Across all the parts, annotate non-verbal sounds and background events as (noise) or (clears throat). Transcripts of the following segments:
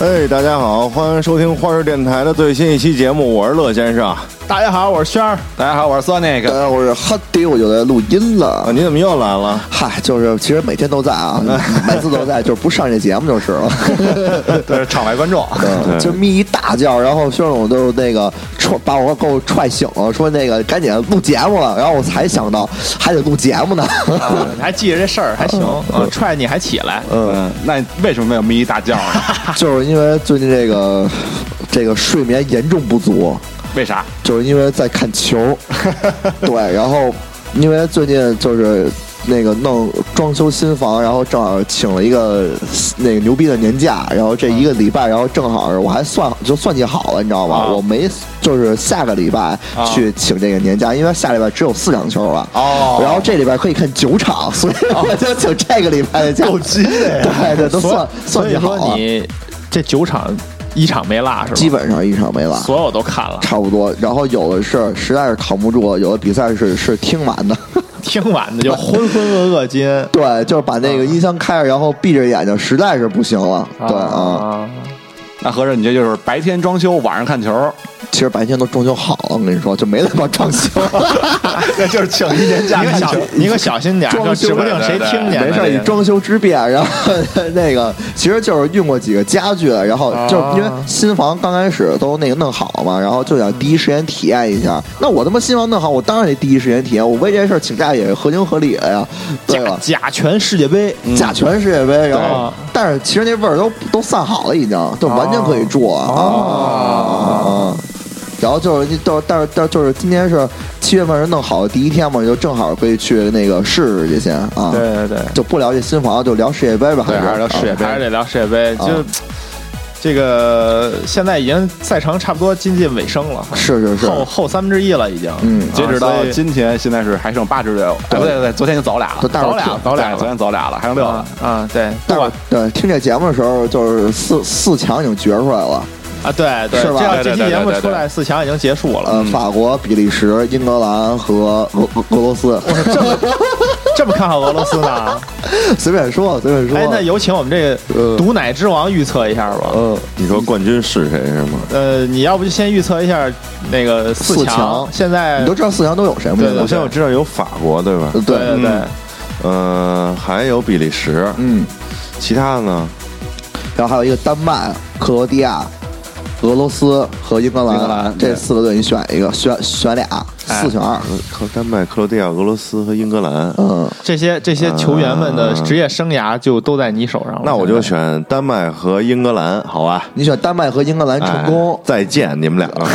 哎，大家好，欢迎收听花式电台的最新一期节目，我是乐先生。大家好，我是轩儿。大家好，我是 (laughs) Sonic 大。家好，呃我是哈迪，我就来录音啊， (laughs) 了。你怎么又来了？嗨，就是其实每天都在啊， (laughs) 每次都在，就是不上这节目就是了。对，场外 (laughs) 观众。啊嗯就眯一大觉，然后薛总就那个踹把我给我踹醒了，说那个赶紧录节目了，然后我才想到还得录节目呢。啊，还记着这事儿，还行。嗯啊，踹你还起来，嗯，那你为什么要眯一大觉啊 (laughs) 呢？就是因为最近这个这个睡眠严重不足，为啥？就是因为在看球，对，然后因为最近就是那个弄装修新房，然后正好请了一个那个牛逼的年假，然后这一个礼拜，然后正好我还算就算计好了，你知道吗？啊我没就是下个礼拜啊去请这个年假，因为下礼拜只有四场球了。哦然后 (laughs) 这礼拜可以看九场，所以我 (laughs) 就请这个礼 (laughs) 拜的假。够鸡的，对对，都算所算计以好说了，你这九场一场没落是吧？基本上一场没落。所有都看 (laughs) 了，差不多。然后有的是实在是扛不住，有的比赛是是听完的， (laughs) 听完的就浑浑噩噩今。对，就是把那个音箱开着，然后闭着眼睛，实在是不行了。对啊，嗯啊，那合着你这就是白天装修，晚上看球，其实白天都装修好了，我跟你说就没那么装修，那就是请一年你可小，你可小心点儿，这装修指不定谁对对听见呢。没事儿，这以个装修之便。然后 (laughs) 那个其实就是运过几个家具，然后就啊因为新房刚开始都那个弄好了嘛，然后就想第一时间体验一下。那我他妈新房弄好，我当然得第一时间体验。我为这事儿请假也合情合理的呀，对吧？甲甲醛世界杯，甲醛世界杯，然后嗯对哦但是其实那味儿都都散好了，已经就完全可以住啊。啊然后就是就但是但就是今天是七月份是弄好的第一天嘛，就正好可以去那个试试这些啊。对对对，就不聊这新房，就聊世界杯吧，还对，啊是还是聊世界啊杯，还是得聊世界杯。就啊这个现在已经赛程差不多接近尾声了，是是是，后后三分之一了已经。嗯啊截止到所以今天，现在是还剩八支队伍。哎不对不对，昨天就走俩了就，待早会儿俩听。早俩对昨天走俩了，还剩六啊个。啊，对，待会儿对听这节目的时候，就是四四强已经决出来了，啊，对对，是吧这样这对对期节目对对对出来，四强已经结束了。嗯呃，法国、比利时、英格兰和俄俄俄罗斯，这么看好俄罗斯呢？ (laughs) 随便说随便说。哎，那有请我们这个呃毒奶之王预测一下吧。呃，你说冠军是谁是吗？呃，你要不就先预测一下那个四四强现在你都知道四强都有谁吗？哎对对我现在我知道有法国对吧？对对对对嗯，呃，还有比利时，嗯，其他的呢？然后还有一个丹麦、克罗地亚、俄罗斯和英格兰，英格兰这对四个队你选一个，选选俩，哎四选二。克呃丹麦、克罗地亚、俄罗斯和英格兰。嗯，这些这些球员们的职业生涯就都在你手上了。那我就现在选丹麦和英格兰，好吧？你选丹麦和英格兰成功哎，再见你们 (laughs) 两个。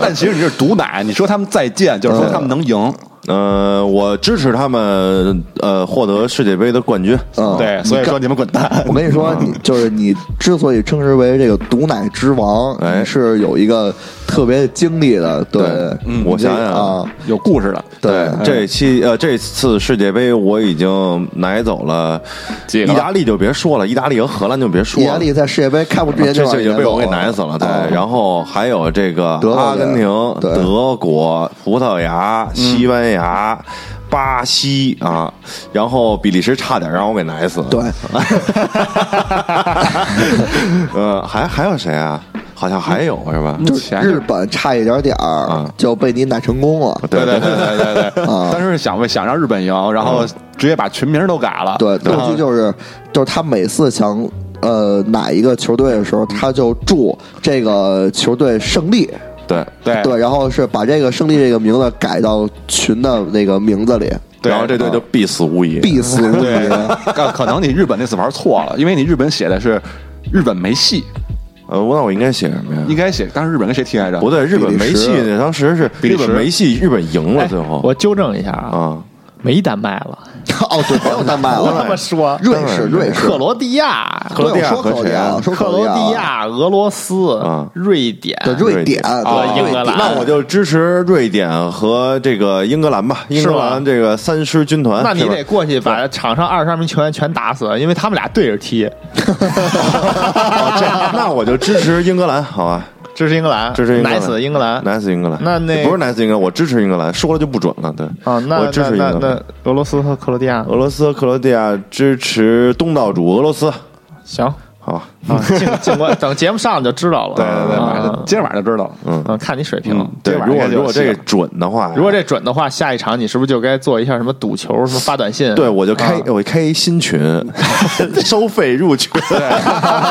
但其实你这是毒奶，你说他们再见，就是说他们能赢。呃，我支持他们呃获得世界杯的冠军。嗯，对，所以说你们滚蛋。我跟你说，你就是你之所以称之为这个毒奶之王，哎你是有一个特别的经历的。对，嗯你我这想想啊，有故事的，对，这期呃这次世界杯我已经拿走了，几意个大利就别说了，意大利和荷兰就别说意了。大利在世界杯开幕之前啊这就这已经就被我给有了难死了，对。啊然后还有这个德国阿根廷、对嗯德国、葡萄牙、西班牙、巴西啊，然后比利时差点让我给难死。对， (laughs) 呃，还还有谁啊？好像还有是吧？就是日本差一点点儿啊就被你奶成功了。对对对对对对，但是想想让日本赢，然后直接把群名都改了，对，然乐后居就是就是他每次想呃哪一个球队的时候，他就祝这个球队胜利。对。对对，然后是把这个胜利这个名字改到群的那个名字里，对然后啊这队就必死无疑。必死无疑。那可能你日本那次玩错了，因为你日本写的是日本没戏，呃，那我应该写什么呀？应该写当时日本跟谁踢来着？不对，日本没戏比利，当时是比利日时本没戏，日本赢了，最后哎我纠正一下啊，啊，没丹麦了， (laughs) 哦，对，没有丹麦不这么了，说，瑞士，瑞士，克罗地亚，哎克罗地亚对我说克和罗地亚，谁啊说克克罗地地，亚、俄罗斯啊、瑞典、对，瑞典，啊对，英瑞格典兰，那我就支持瑞典和这个英格兰吧，英格兰这个三狮军团。那你是吧得过去把场上二十二名球员全打死，因为他们俩对着踢。 (laughs) (laughs) 哦 (laughs) 这那我就支持英格兰，好吧？支持英格兰，支持英格兰奶死英格兰，奶死英格兰，那那不是奶死英格兰，我支持英格兰，说了就不准了。对，啊，那我支那持英那格兰那。俄罗斯和克罗地亚，俄罗斯、克罗地亚支持东道主俄罗斯，行，好吧， (laughs) 啊，静静观，等节目上了就知道了。对对对晚上啊今儿晚上就知道了。嗯，嗯，看你水平。嗯，对，今儿如晚上果该就如果这有个戏了准的话，如果这准的话，下一场你是不是就该做一下什么赌球、什么发短信？对，我就啊开我就开一新 (laughs) 群，收费入群，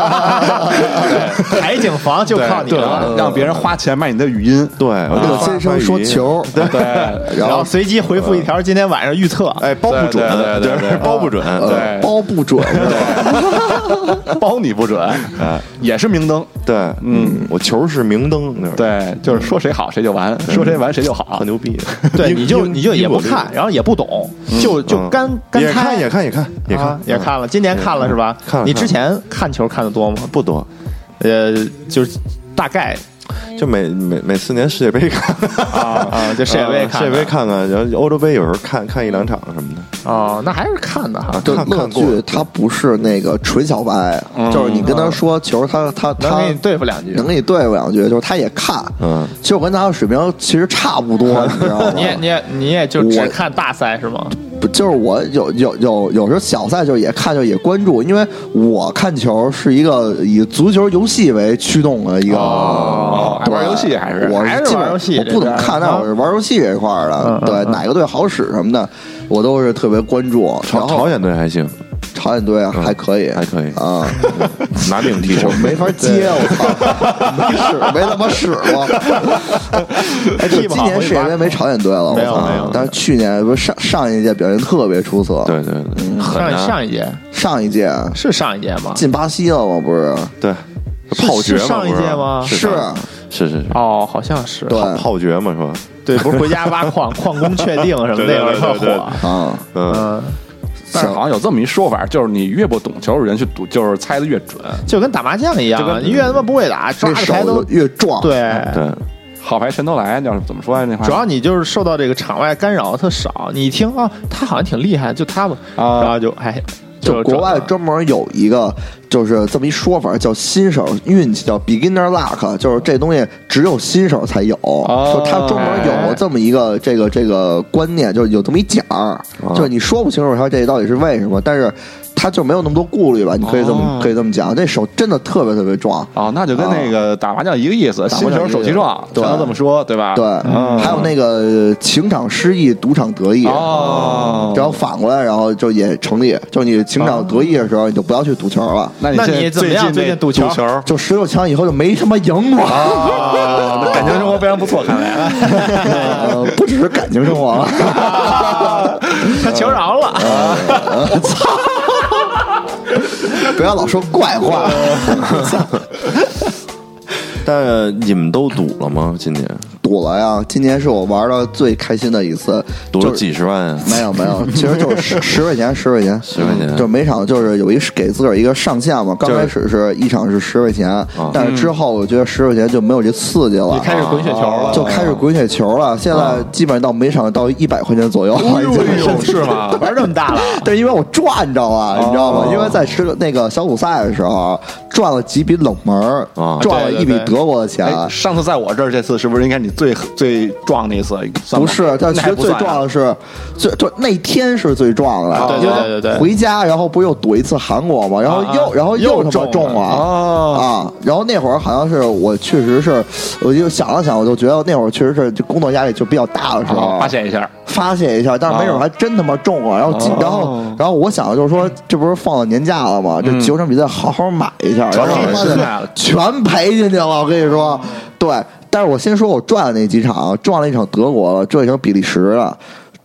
(laughs) 海景房就靠你对了。让别人花钱买你的语音，对，啊我乐就先发生说，球，对，然然后后随机回复一条今天晚上预测，发一哎，包不准，对对对对就是包不准，嗯对呃包不准，包你不准，也是明灯，对，嗯，我球是明灯，那会儿对，就是说谁好谁就完，说谁完谁就好很，牛逼， (laughs) 对，英你就英你就也英国不队看，然后也不懂，就就嗯干干也猜看也看也看也啊看也嗯看了，今年看了是吧？看了你看之前看球看的多吗？不多，呃，就是大概哎就每每每四年世界杯看，啊，就世界杯看世界的杯看看，然后欧洲杯有时候看看一两场什么的，哦，那还是看的哈，就看乐看过嗯剧它不是那个纯小白，就是你跟他说球，他他能给他你对付两句。能给你对付两句，就是他也看，嗯，其实我跟他的水平其实差不多，你知道吗？你也你也你也就只我看大赛是吗？不就是我有有有有时候小赛就也看就也关注，因为我看球是一个以足球游戏为驱动的一个。哦对玩游戏还是我还是基本玩游戏我不怎么看，这但边我是玩游戏这一块儿的嗯。嗯对，哪个队好使什么的，我都是特别关注。然朝后朝鲜队还行，朝鲜队还可以，还可以啊，拿命踢球 (laughs) 我，没法接，我操，没使没他妈使过。哎，对，今年世界杯没朝鲜队了，我没有没有操！但是去年不是上上一届表现特别出色，对对对，狠上一啊，上一届上一届是上一届吗？进巴西了吗？不是，对，嗯是炮决是嘛上一不是届吗是是啊上是是是，哦，好像是对炮决嘛是吧？对，不是回家挖矿矿工确定什么对对那会儿对特对火，啊，嗯，嗯，但是好像有这么一说法，就是你越不懂球的人去赌，就是猜的越准。就跟打麻将一就样，啊跟你越他妈不会打，抓这个牌手都就越壮，，对。对，好牌全都来，叫怎么说呀？那话主要你就是受到这个场外干扰特少，你一听啊，他好像挺厉害，就他吧，啊然后就哎，就国外专门有一个就是这么一说法，叫新手运气，叫 beginner luck，就是这东西只有新手才有，哦就他专门有这么一个这个这个观念，就是有这么一讲，就是你说不清楚他这到底是为什么，但是他就没有那么多顾虑吧，你可以这么哦可以这么讲，这手真的特别特别壮。哦，那就跟那个打麻将一个意思，打麻新将一手个手意气思壮，对全都这么说，对吧？对，嗯还有那个情场失意，赌场得意，哦然后反过来，然后就也成立。就你情场得意的时候，你就不要去赌球了，那你那现在你怎么样最最近近赌赌球球儿？就十六强以后就没他妈赢过。啊， (laughs) 那感情生活非常不错，看来。 (laughs) 呃， (laughs) 不只是感情生活，他求饶了，不要老说怪话。但你们都赌了吗？今年赌了呀！今年是我玩的最开心的一次，赌了就是几十万啊？没有没有，其实就是十十块钱，十块钱，十块钱就每场就是有一给自个儿一个上限嘛。刚开始是一场是十块钱，但是之后我觉得十块钱就没有这刺激了，啊你开始滚雪球了，就开始滚雪球了。现在基本上到每场到一百块钱左右，已经是是吗？玩这么大了， (laughs) 但是因为我赚着了，你知道哦吗？因为在吃那个小组赛的时候赚了几笔冷门儿啊，赚了一笔哦对对对德国的钱。啊哎，上次在我这儿，这次是不是应该你最最壮的一次？算不吗是，但那其还实不最算啊壮的是，最就那天是最壮的。哦对对对对对回家然后不又赌一次韩国嘛，然后啊又然后又他妈中中了哦了啊！然后那会儿好像是我确实是，我就想了想，我就觉得那会儿确实是就工作压力就比较大的时候哦好，发泄一下。发泄一下，但是没准还真他妈中了。然后今，然后，然后我想的就是说，这不是放了年假了吗？这九场比赛好好买嗯一下，然后他妈找找人的买了全赔进去了。我跟你说，对。但是我先说，我赚了那几场，赚了一场德国的，赚一场比利时的，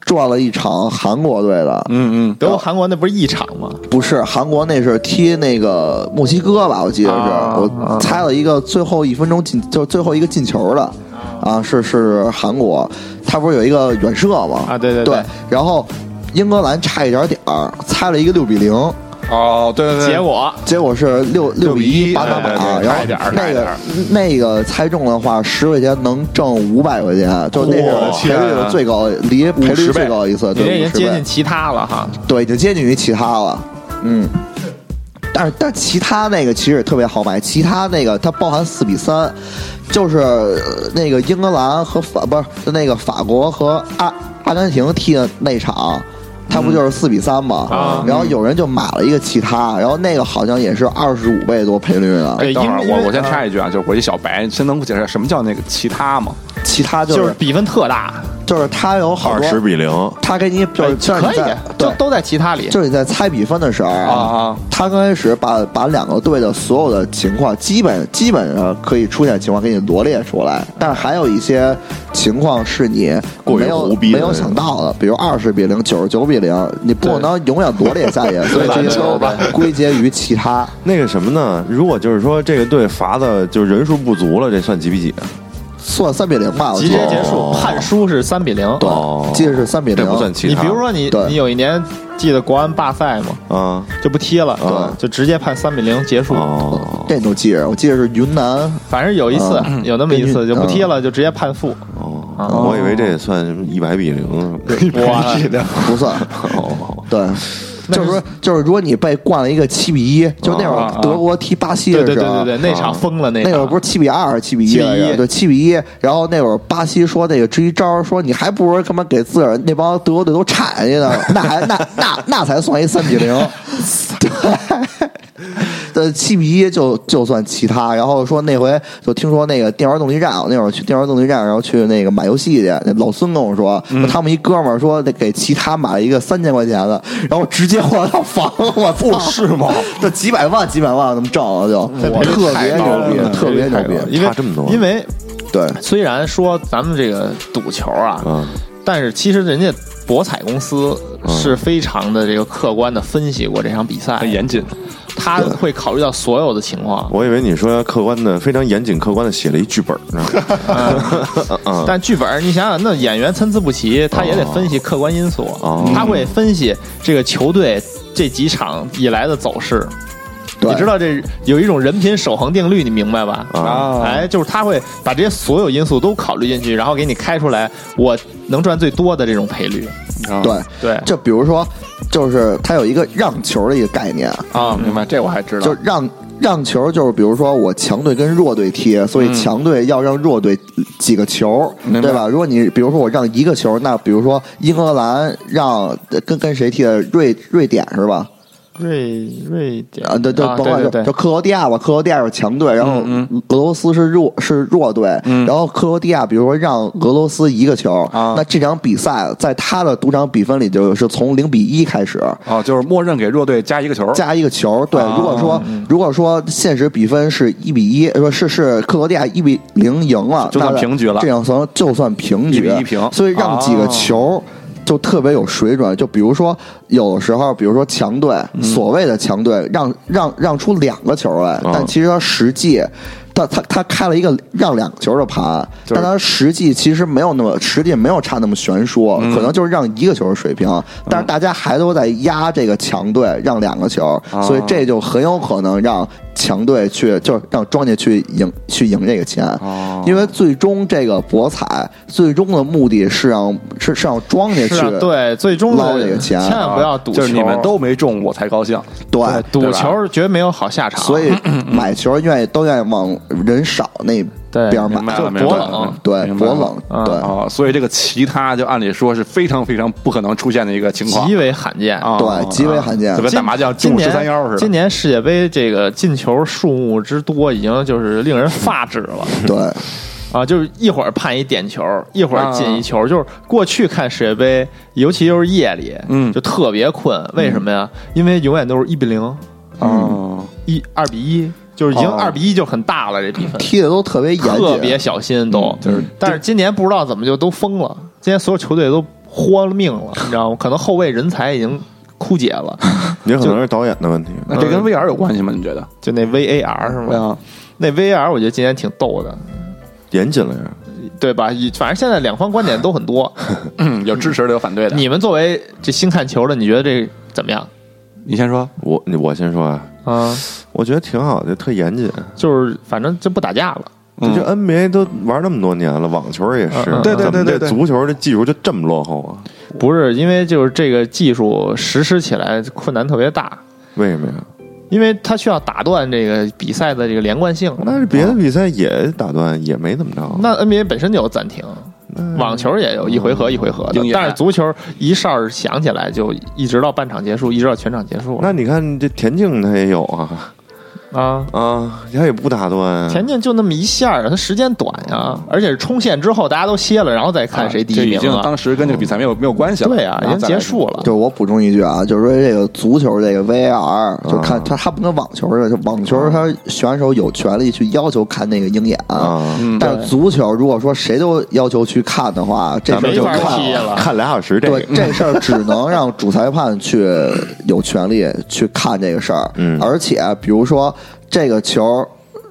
赚了一场韩国队的，嗯德国韩国那不是一场吗？不是韩国那是踢那个墨西哥吧？我记得是，啊我猜了一个最后一分钟进，就最后一个进球的，啊，是是韩国，他不是有一个远射吗？啊对对对对，然后英格兰差一点点儿，猜了一个六比零，嗯，哦，对对对，结果结果是六六比比一一巴拿对对马，对然差一点后儿差那一点个儿那个猜中的话，十块钱能挣五百块钱，就那哇是赔天率啊最高，离赔率50最倍高一次，你对，这已经50倍接近其他了哈，对，已经接近于其他了。嗯，但是但其他那个其实也特别好买，其他那个它包含四比三，就是呃那个英格兰和法不是那个法国和阿阿根廷踢的那场。他不就是四比三吗？啊然后有人就买了一个其他，然后那个好像也是二十五倍多赔率呢。对哎，等会儿因为我我先插一句啊，就是我一小白，先能解释什么叫那个其他吗？其他就就是是比分特大，哎就是他有好二十多，比零，他给你就是就是可你以在就对，都在其他里。就是你在猜比分的时候啊啊，他刚开始把把两个队的所有的情况，基本基本上可以出现的情况给你罗列出来，但是还有一些情况是你过于没有胡逼的没有想到的，比如二十比零、九十九比零，你不能永远罗列下去，所以这篮些球吧归结于其他。那个什么呢？如果就是说这个队罚的就人数不足了，这算几比几啊？算三比零吧，我直记接得结束，判输是三比零。哦对哦，记得是三比零，这不算其你他。比如说你对你有一年记得国安罢赛嘛，啊，就不踢了，嗯对就直接判三比零结束。哦，这你都记着，我记得是云南反正有一次嗯有那么一次根据就不踢了，就直接判 (laughs) 负。哦，我以为这也算什么哦一百比零。我不 (laughs) 算，对。就是说，就是如果你被灌了一个七比一，就那会啊啊儿德国踢巴西对的对时对候对，对，那场疯了，那啊那会儿场不是七比二、七比一7比来着， 1对，七比一。然后那会儿巴西说那个支一招儿，说你还不如他妈给自个儿那帮德国队都铲下去呢，那还那那那才算一三比零。对，对，七比一就就算其他。然后说那回就听说那个电玩动力站，我那会儿去电玩动力站，然后去那个买游戏去。那老孙跟我说，他们一哥们儿说得给其他买了一个三千块钱的，然后直接换套房，我操，是吗？这几百万几百万怎么挣啊？就我特别牛了逼，特别牛逼。因为差这么多因为对，虽然说咱们这个赌球啊，嗯但是其实人家博彩公司嗯是非常的这个客观的分析过这场比赛哎很，严谨，他会考虑到所有的情况。我以为你说客观的，非常严谨客观的写了一剧本呢。但剧本儿你想想，那演员参差不齐，他也得分析客观因素，哦他会分析这个球队这几场以来的走势。对你知道这有一种人品守恒定律，你明白吧？啊哎，就是他会把这些所有因素都考虑进去，然后给你开出来我能赚最多的这种赔率。啊嗯对对就比如说，就是它有一个让球的一个概念，啊，明白？这我嗯还知道就。让让球就是比如说我强队跟弱队踢，所以强队要让弱队几个球，嗯明白对吧？如果你比如说我让一个球，那比如说英格兰让跟跟谁踢的瑞瑞典是吧？瑞瑞典啊，对对，啊甭管对是对对，就克罗地亚吧，克罗地亚是强队，然后嗯俄罗斯是弱是弱队，然后克罗地亚比如说让俄罗斯一个球，啊那这场比赛在他的主场比分里就是从零比一开始。哦，就是默认给弱队加一个球，加一个球，对。啊如果说如果说现实比分是一比一，说是是克罗地亚一比零赢了，就算那平局了这样算就算平局，一比一平所以让几个啊球。就特别有水准，就比如说，有时候，比如说强队，嗯所谓的强队，让让让出两个球来，哦但其实他实际，他他他开了一个让两个球的盘，就是但他实际其实没有那么实际没有差那么悬殊，嗯可能就是让一个球的水平，但是大家还都在压这个强队让两个球，哦所以这就很有可能让强队去就是让庄家去赢去赢这个钱，哦因为最终这个博彩最终的目的是让是是让庄家去是啊，对，最终捞的这个钱啊千万不要赌球，啊就是你们都没中，我才高兴。对对赌球绝没有好下场，所以买球愿意都愿意往人少那对边买明白，就了，明白博了冷对啊明白博了冷嗯对。哦，所以这个其他就按理说是非常非常不可能出现的一个情况极为罕见啊，对，极为罕见就。跟今打麻将今中年十三幺似的。今年世界杯这个进球数目之多，已经就是令人发指了对，啊！就是一会儿判一点球，一会儿啊进一球。就是过去看世界杯，尤其就是夜里，嗯就特别困。为什么呀？因为永远都是一比零、哦，一二比一，就是已经二比一就很大了，这比分踢的都特别严谨，特别小心都。嗯就是但是今年不知道怎么就都疯了，今年所有球队都豁了命了，你知道吗？可能后卫人才已经枯竭了，也可能是导演的问题。那这跟 VR 有关系吗？你觉得？就那 VAR 是吗？啊，那 VR 我觉得今天挺逗的，严谨了呀，对吧？以反正现在两方观点都很多。嗯有支持的，有反对的。你们作为这新看球的，你觉得这怎么样？你先说，我你我先说啊，啊，我觉得挺好的，特严谨。就是反正就不打架了。这就 NBA 都玩那么多年了，网球也嗯是，嗯对对怎么对对这对足球这技术就这么落后啊？不是因为就是这个技术实施起来困难特别大，为什么呀？因为它需要打断这个比赛的这个连贯性。啊那是别的比赛也打断，也没怎么着。那嗯 NBA 本身就有暂停，网球也有一回合一回合的鹰，眼但是足球一哨响起来就一直到半场结束，一直到全场结束了那你看这田径他也有啊啊。啊，他也不打断啊。田径就那么一下儿，它时间短呀，而且是冲线之后大家都歇了，然后再看谁第啊这一已名经了。当时跟这个比赛没有没有关系了，对啊，已然后经再来结束了。对，我补充一句啊，就是说这个足球这个啊 VAR，就看它它不跟网球似的，就网球它选手有权利去要求看那个鹰眼，啊，嗯但是足球如果说谁都要求去看的话，这事儿没就法看踢啊了。看俩小时这对个，这事儿只能让主裁判去有权利去看这个事儿，嗯而且比如说这个球。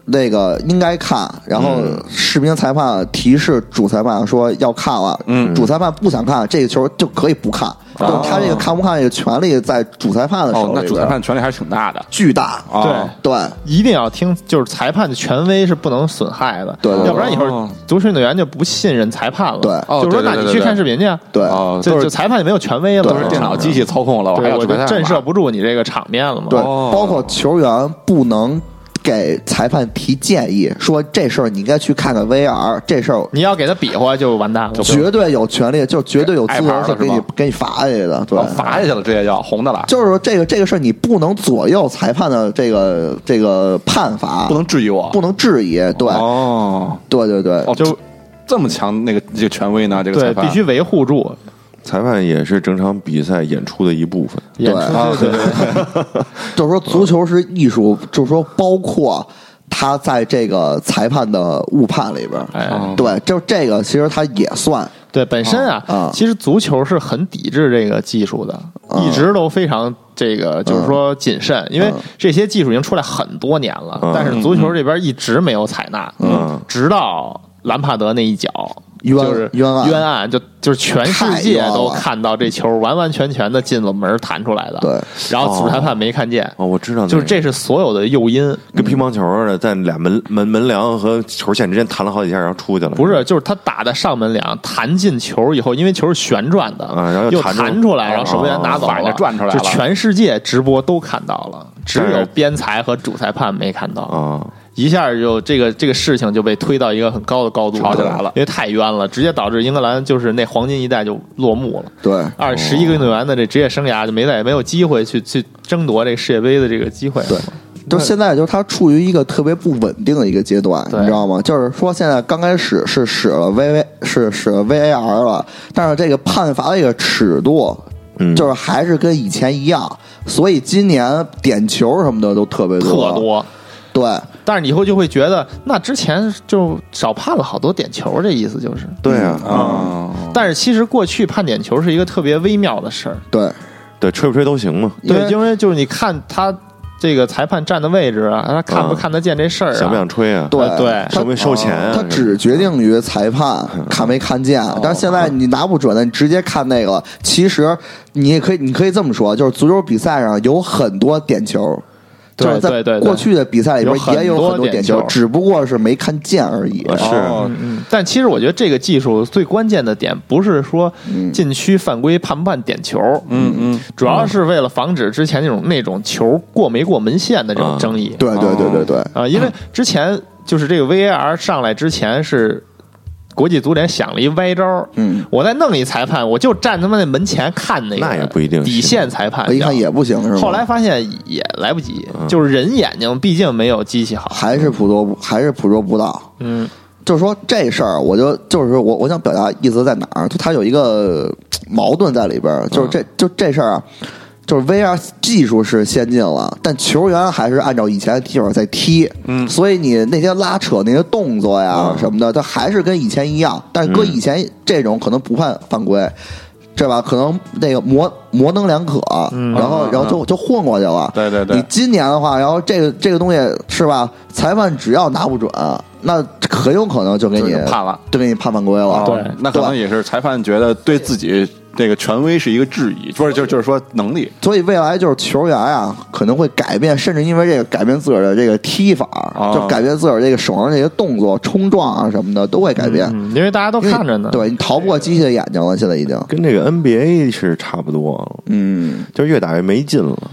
那个应该看，然后嗯视频裁判提示主裁判说要看了，嗯，主裁判不想看这个球就可以不看，就是他这个看不看这个权利在主裁判的手哦里，边那主裁判权力还是挺大的巨大，啊。对对一定要听，就是裁判的权威是不能损害的，对对对要不然以后哦足球运动员就不信任裁判了，对哦就是说对对那对你对去对看视频去啊，对哦，就都就是裁判也没有权威了，都是电脑机器操控了，我还啊对，要我主裁就判啊震嘛慑不住你这个场面了嘛，对，哦包括球员不能给裁判提建议，说这事儿你应该去看看 VR，这事儿你要给他比划就完蛋了，绝对有权利，就绝对有资挨格罚是了给是你吧给你罚下去的，对哦，罚下去了，直接要红的了，就是说这个这个事儿你不能左右裁判的这个这个判罚，不能质疑我，不能质疑，对哦对对对哦，就这这么强那个这个权威呢？这个对裁，判必须维护住裁判也是整场比赛演出的一部分。演出，对对对，就是说足球是艺术，就是说包括他在这个裁判的误判里边儿，哎，对，就这个其实他也算，对，本身啊啊，其实足球是很抵制这个技术的，啊一直都非常这个就是说谨慎，因为这些技术已经出来很多年了啊嗯，但是足球这边一直没有采纳，嗯直到兰帕德那一脚。冤就是呃冤案冤案，就就是全世界太冤都了看到这球完完全全的进了门弹出来的，对，然后主裁判没看见，哦，我知道那个，就是这是所有的诱因，跟乒乓球似的，在俩门门门梁和球线之间弹了好几下，然后出去了。不是，就是他打的上门梁，弹进球以后，因为球是旋转的，啊然后又弹出弹出来，然后守门员啊拿走哦反着了，转出来就了全世界直播都看到了，只但有是边裁和主裁判没看到，啊，哦一下就这个这个事情就被推到一个很高的高度，吵起来了因为太冤了，直接导致英格兰就是那黄金一代就落幕了。对。二十一个运动员的这职业生涯就没再没有机会去去争夺这个世界杯的这个机会。对，就现在就是它处于一个特别不稳定的一个阶段，对你知道吗？就是说现在刚开始是使了 V V 是使了 V A R 了，但是这个判罚这个尺度。嗯就是还是跟以前一样，所以今年点球什么的都特别特多。对，但是你以后就会觉得，那之前就少判了好多点球，这意思就是。对啊，嗯啊，但是其实过去判点球是一个特别微妙的事儿，对，对，吹不吹都行嘛，因为对，因为就是你看他这个裁判站的位置啊，他看不看得见这事儿啊，想不想吹啊？对呃对收没收钱啊？它只决定于裁判看没看见，哦但是现在你拿不准的，你直接看那个了。其实你也可以，你可以这么说，就是足球比赛上有很多点球，对就是对对在对过去的比赛里边有很也有多很多点球球，只不过是没看见而已。啊哦是嗯但其实我觉得这个技术最关键的点不是说禁区犯规判不判点球，嗯嗯，主要是为了防止之前那种那种球过没过门线的这种嗯争议。对对对对对，啊，因为之前就是这个 VAR 上来之前是国际足联想了一歪招儿，嗯，我再弄一裁判，我就站他妈那门前看那个，那也不一定底线裁判我一看叫也不行是吗？后来发现也来不及，嗯就是人眼睛毕竟没有机器好，还是捕捉不还是捕捉不到，嗯，就是说这事儿，我就就是我我想表达意思在哪儿？就它有一个嘖矛盾在里边儿，嗯就是这就这事儿啊，就是 VR 技术是先进了，但球员还是按照以前的踢法在踢，嗯，所以你那些拉扯、那些动作呀嗯什么的，它还是跟以前一样，但是搁以前这种可能不判犯规。这吧，可能那个模模棱两可，嗯然后然后就就混过去了。对对对你今年的话，然后这个这个东西是吧？裁判只要拿不准，那很有可能就给你就是判了，哦就给你判犯规了。对那可能对也是裁判觉得对自己这个权威是一个质疑，不是就就是说能力所以未来就是球员啊，可能会改变，甚至因为这个改变自个儿的这个踢法，啊就改变自个儿这个手上这些动作、冲撞啊什么的都会改变。嗯，因为大家都因为看着呢，对你逃不过机器的眼睛了，现在已经。跟这个 NBA 是差不多，嗯就是越打越没劲了，啊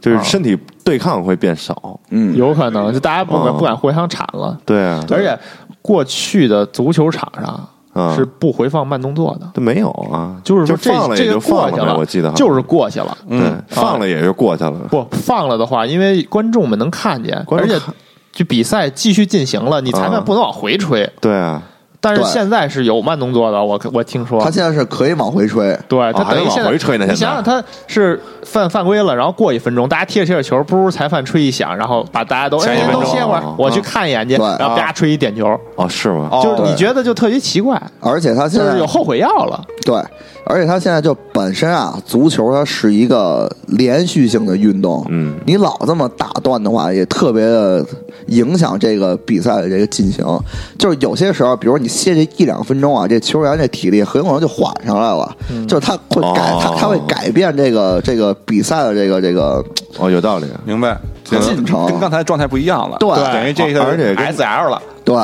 就是身体对抗会变少。嗯，有可能就大家不敢嗯不敢互相铲了，对啊，而且过去的足球场上。嗯是不回放慢动作的，这没有啊，就是说这放了这也个就过放去了呗，我记得好像就是过去了。对，放了也就过去了。不放了的话，因为观众们能看见，观而众且看就比赛继续进行了，你裁啊判不能往回吹。对啊，但是对现在是有慢动作的，我我听说他。现在是可以往回吹，对他还等于能现往在回吹呢你现在想想他是犯犯规了，然后过一分钟，大家踢着踢着球，不如裁判吹一响，然后把大家都前一哎分都钟歇会哦儿，我去看一眼去，对然后啪吹一点球，哦，是吗？哦就是你对觉得就特别奇怪，而且他现就在是有后悔药了。对，而且他现在就本身啊，足球它是一个连续性的运动，嗯，你老这么打断的话，也特别的影响这个比赛的这个进行。就是有些时候，比如你歇这一两分钟啊，这球员这体力很有可能就缓上来了，就是他会改，哦他他会改变这个这个比赛的这个这个哦，有道理。明白，很进程跟刚才状态不一样了，对等于这个而且跟 S L 了，对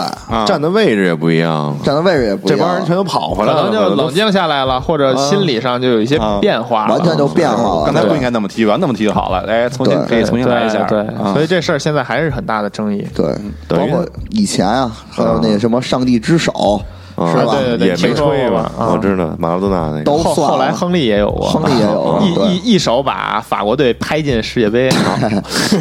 站的位置也不一样，站的位置也不一啊这样，帮人全都跑回可来了，能就冷静下来了，或者心理上就有一些变化了，完全就变化了。嗯刚才啊对不应该那么踢吧，那么踢就好了，哎，重新对可以重新来一下，对，啊对所以这事儿现在还是很大的争议。对，包等于括以前啊，还有那个什么上帝之手，啊是吧？对对对也没听说吹过吧？啊我知道马拉多纳那个都后算了后来亨利也有过，亨利也有 (laughs) 一对一一手把法国队拍进世界杯，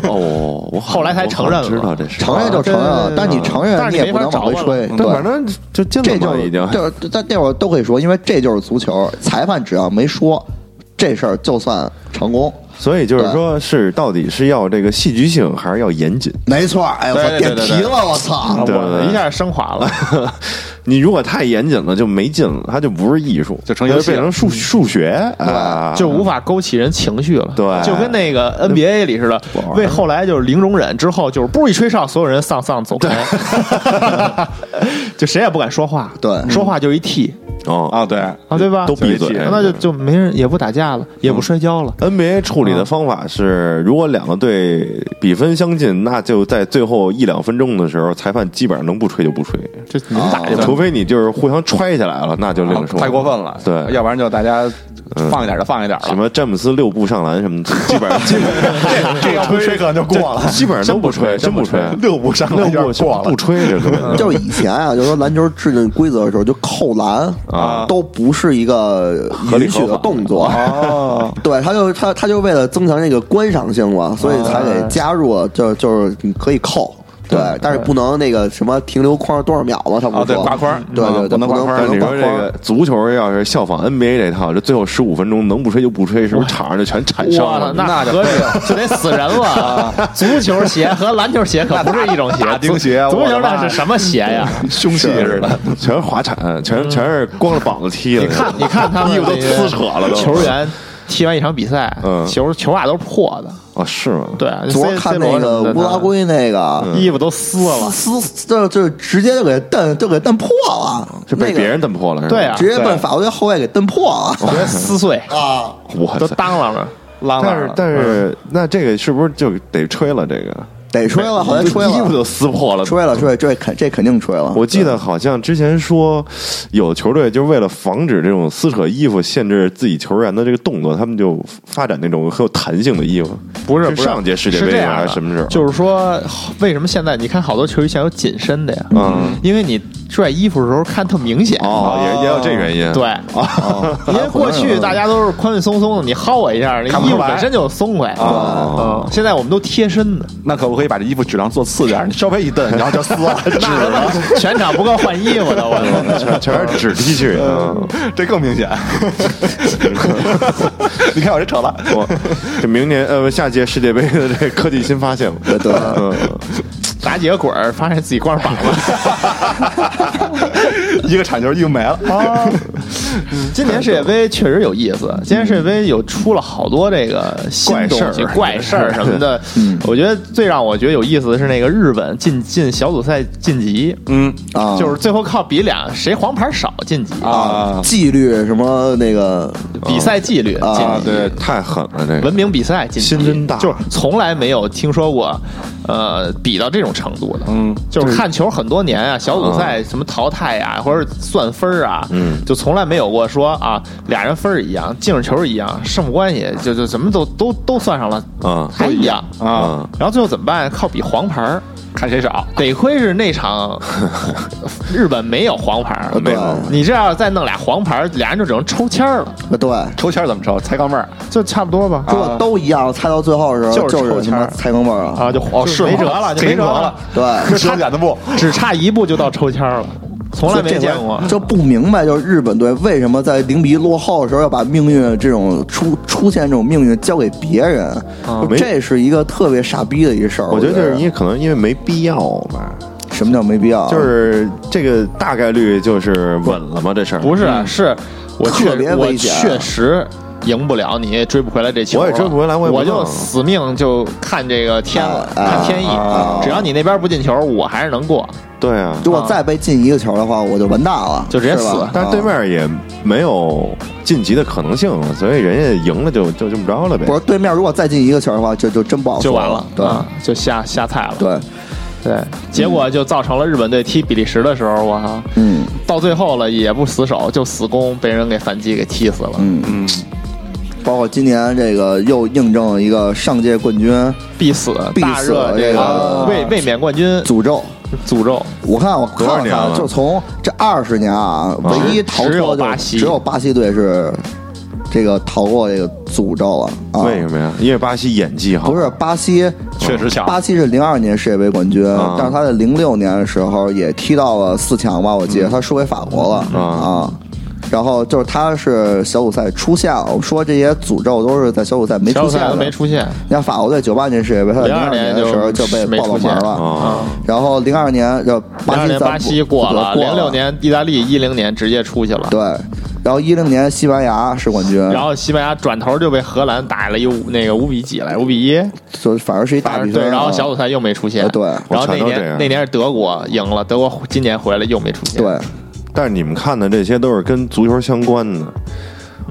哦，我好后来我才好承认了知道这事，嗯承认就承认啊了对，但你承认但是你你也没不法能往回找吹，对，对反正就进这了就嘛，已经就是但那会儿都可以说，因为这就是足球，裁判只要没说这事儿就算成功。所以就是对说，是到底是要这个戏剧性，还是要严谨？没错，哎呦，对我对点对题对了，我操！对我一下升华了。你如果太严谨了，就没劲了，它就不是艺术，就成游戏它变成数数学啊，就无法勾起人情绪了，对就跟那个 NBA 里似的，为后来就是零容忍之后，就是不一吹哨，所有人丧丧走开， (laughs) 就谁也不敢说话，对说话就一 T 哦啊，对，啊，对吧？都闭嘴，那就就没人也不打架了，也不摔跤了， NBA 处理的方法是，如果两个队比分相近，那就在最后一两分钟的时候，裁判基本上能不吹就不吹，这你们打去吧除。非你就是互相揣起来了，那就另说。啊太过分了，对要不然就大家放一点就放一点什了，么詹姆斯六步上篮什么的，基本上基本上这要不吹可能就过这，基本上都不吹，真不吹，六步上六步不吹这个问题。就是以前啊，就说篮球制定规则的时候，就扣篮啊都不是一个允许的动作。哦，对，他就他他就为了增强这个观赏性嘛，所以才给加入了，就就是你可以扣。对，但是不能那个什么停留框多少秒了，他不啊是对说挂框对嗯对不对，能不能挂但不是你能挂说框这个足球要是效仿 NBA 这套，这最后十五分钟能不吹就不吹，是不是场上就全产生哇，了？那合着就得死人了啊！足球鞋和篮球鞋可不是一种 (laughs) 鞋，大钉鞋足我足的球妈那是什么鞋呀？凶器似的，全是滑铲，全全是光着膀子踢的。你看，你看他们衣服都那些撕扯了都。球员踢完一场比赛，嗯球球袜都是破的，哦，是吗？对，昨儿 C- 看 C 那罗什个么的嗯乌拉圭那个，嗯衣服都撕了。撕就就直接就给蹬就给蹬破了，是被那个别人蹬破了，是吧？对哦啊直接奔法国队后卫给蹬破了直接撕碎，啊！哇都塞！当啷着。浪但浪是了。但是，那这个是不是就得吹了？这个得吹了，后来吹衣服了，都撕破了。吹了，吹了，这肯这肯定吹了。我记得好像之前说，有球队就是为了防止这种撕扯衣服限制自己球员的这个动作，他们就发展那种很有弹性的衣服。不是不是上届世界是杯这啊样还的是什么时候？就是说，为什么现在你看好多球衣现在有紧身的呀？嗯，因为你拽衣服的时候看特明显。哦，也也有这原因。对， (laughs) 因为过去大家都是宽宽松松的，你薅我一下，那看不衣出服来本身就松快。嗯，现在我们都贴身的，那可不可以把这衣服质量做次点儿？你稍微一蹬，然后就撕 (laughs) 了，那全场不够换衣服的，我全全是纸 T 恤。嗯 (laughs) 这更明显。你看我这扯了，我这明年呃不下届世界杯的这科技新发现了。对对，嗯，打几个滚儿，发现自己光着膀子。一个铲球衣服没了。 (laughs) 今年世界杯确实有意思，今年世界杯有出了好多这个新怪东事西、儿怪事儿什么的。我觉得最让我觉得有意思的是那个日本进进小组赛晋级，嗯啊，就是最后靠比俩谁黄牌少晋级，啊，纪律什么那个，比赛纪律晋啊级。对，太狠了这文个。明比赛晋级，心真大就是从来没有听说过，呃，比到这种程度的。嗯，就是看球很多年啊，小组赛什么淘汰啊，或者算分儿啊，嗯，就从来来没有过说啊，俩人分儿一样，净球一样，胜负关系就就什么都都都算上了，啊还一样啊然后最后怎么办？靠比黄牌儿，看谁少。得亏是那场呃日本没有黄牌儿，没对有你这要再弄俩黄牌儿，俩人就只能抽签儿了，对，抽签儿怎么抽？猜钢镚儿，就差不多吧。如果都一样，猜到最后的时候啊就是抽是他妈签儿猜钢镚儿啊，啊，就哦就是没吗辙了，就这没辙赢了了，对，修剪的布。只差一步就到抽签儿了， (laughs) 从来没这回见过。就不明白，就是日本队为什么在零比一落后的时候要把命运这种出出现这种命运交给别人，啊没这是一个特别傻逼的一事儿。我我觉得得就是因为可能因为没必要吧，什么叫没必要，啊啊就是这个大概率就是稳了嘛，这事儿不是，啊是我确特别我危险确实赢不了你，追不回来这球了，我也追不回来我我也不弄就死命就看这个天了，啊看天意啊。只要你那边不进球，我还是能过。对啊，如果再被进一个球的话，我就完蛋了，啊就直接是吧啊死但是对面也没有晋级的可能性了，所以人家赢了就就这么着了呗不。是对面，如果再进一个球的话，就就真不好说就完了，哦对、啊就下下菜了。啊对，对，结果就造成了日本队踢比利时的时候，我靠，嗯到最后了也不死守，就死攻，被人给反击给踢死了。嗯嗯。包括今年这个又印证了一个上届冠军必死，必大死热这个个卫卫冕冠军诅咒。诅咒，我看我看多少了年了看，就从这二十年啊，唯一逃只有脱巴就西只有巴西队是这个逃过这个诅咒了啊。为什么呀？因为巴西演技好，不是巴西，确实强巴西是零二年世界杯冠军，啊但是他在零六年的时候也踢到了四强吧，我记得、他输给法国了、啊。然后就是他是小组赛出线了，我说这些诅咒都是在小组赛没小出组现赛都的。没出现。你看法国队九八年世界杯，他在零02二年的时候就就被没爆出冷现门了。啊，然后零二年就零巴二西年咱巴西不过了，过零六年意大利，一零年直接出去了。对，然后一零年西班牙是冠军，然后西班牙转头就被荷兰打了一五那个五比几来，五比一，就反而是一大反比正分对，啊。然后小组赛又没出现。啊对然我后那全都这年样那年是德国赢了，德国今年回来又没出现。对，但是你们看的这些都是跟足球相关的。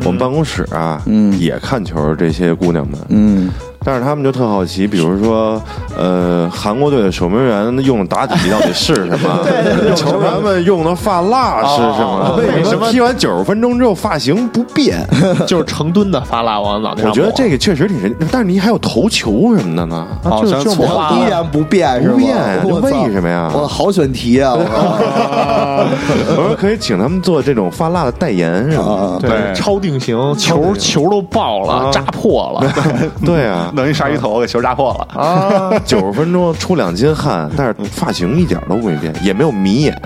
我们办公室啊，嗯也看球，这些姑娘们，嗯，但是她们就特好奇，比如说，呃，韩国队的守门员用的打底到底是什 (laughs) 么？呃球员们用的发蜡是什么？哦哦哦为为什什么么踢完九十分钟之后发型不变？ (laughs) 就是成吨的发蜡往脑袋 (laughs) 我上抹。觉得这个确实挺神奇，但是你还有头球什么的呢？好就是像就是错我依然不变是吗？不变我这操为什么呀我好选题啊！我我说可以请他们做这种发蜡的代言是吧？啊，对超定型，嗯球球都爆啊了，扎破了，对啊，弄一鲨鱼头给球扎破了。啊， (laughs) 九十分钟出两斤汗，但是发型一点都没变，也没有迷眼，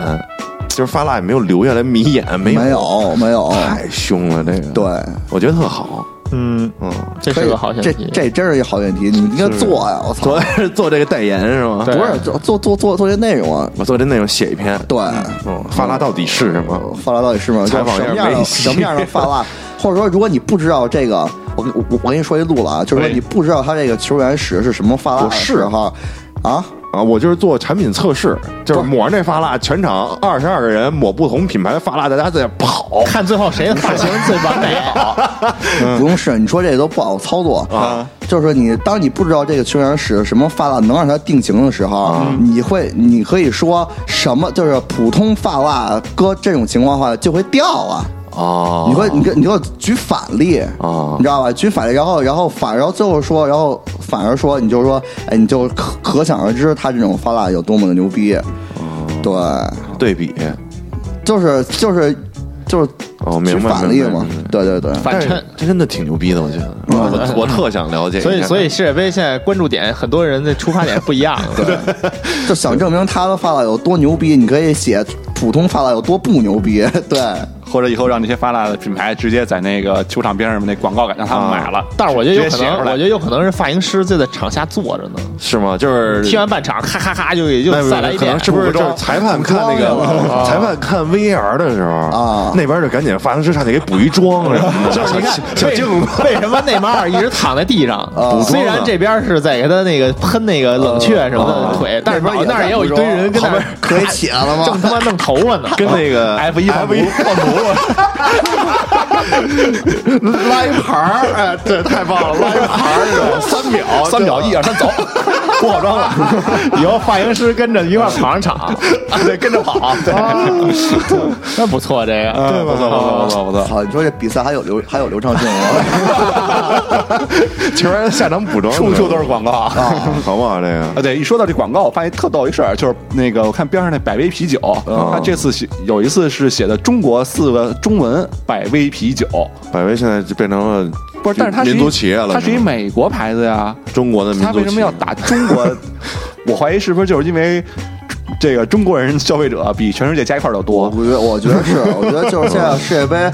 就是发蜡也没有留下来迷眼，没没有没 (laughs) 有，太凶了这个。对，，我觉得特好， (laughs) 嗯，嗯，这可是以个好选这题。这真是一好选题，你应该做呀！我操做，做这个代言是吗？对不是做做做做做这内容啊？我做这内容写一篇，对，嗯，发蜡到底是什么？发蜡到底是吗？采就访是什一么下样梅的西什么样的发蜡？或者说，如果你不知道这个，我跟我我我跟你说一路了啊，就是说对你不知道他这个球员使的是什么发蜡我的是时候啊，啊，我就是做产品测试，就是抹那发蜡，全场二十二个人抹不同品牌的发蜡，大家在跑，看最后谁的发型最完 (laughs) 美。嗯不用试，你说这都不好操作啊。就是你，当你不知道这个球员使什么发蜡能让他定型的时候，啊你会，你可以说什么？就是普通发蜡，搁这种情况下就会掉啊。哦你会，你跟你要举反例哦你知道吧？举反例，然后，然后反，然后最后说，然后反而说，你就说，哎，你就可可想而知他这种发蜡有多么的牛逼。哦对，对比，就是就是就是哦明白举反例明白嘛明白。对对对，反衬但是这真的挺牛逼的，我觉得，我我特想了解一下，所以，所以世界杯现在关注点，很多人的出发点不一样。对，就想证明他的发蜡有多牛逼，你可以写普通发蜡有多不牛逼。对，或者以后让这些发蜡的品牌直接在那个球场边上那广告给让他们买了。但是我觉得有可直接能写出，来我觉得有可能是发型师就在场下坐着呢，是吗？就是踢完半场，咔咔咔就也就那哎不再来一可遍能，是不是就是裁判看那补妆去个裁判看 VR 的时候啊那边就赶紧发型师上去给补一妆什么的，就是啊你看 (laughs) 小为镜子，为什么内马尔一直躺在地上？虽然这边是在给他那个喷那个冷却什么的腿，但是那脑边也那儿在也有一补堆妆人跟那儿可以起来了吗正他妈弄头发呢，跟那个 F 一 F 一放毒拉一盘儿，哎，对，太棒了，拉一盘儿这种三秒，三秒 (laughs) 一二三走，不好装了， (laughs) 以后发型师跟着一块儿跑上场，啊对，跟 (laughs) 着跑，对，那不错，这个嗯啊对啊不错不错不错不错，操！你说这比赛还有流还有流畅性吗？球员下场补妆，处处都是广告啊。啊， (laughs) 好不好？这个啊，对，一说到这广告，我发现特逗一事儿，就是那个我看边上那百威啤酒，他这次写有一次是写的中国四个中文百威啤酒，百威现在就变成了不是，但是它是一民族企业了，它是一吗美国牌子呀，中国的民族它企业，为什么要打中国？ (laughs) 我怀疑是不是就是因为这个中国人消费者比全世界加一块儿都我多？觉得，我觉得是，我觉得就是现在世界杯，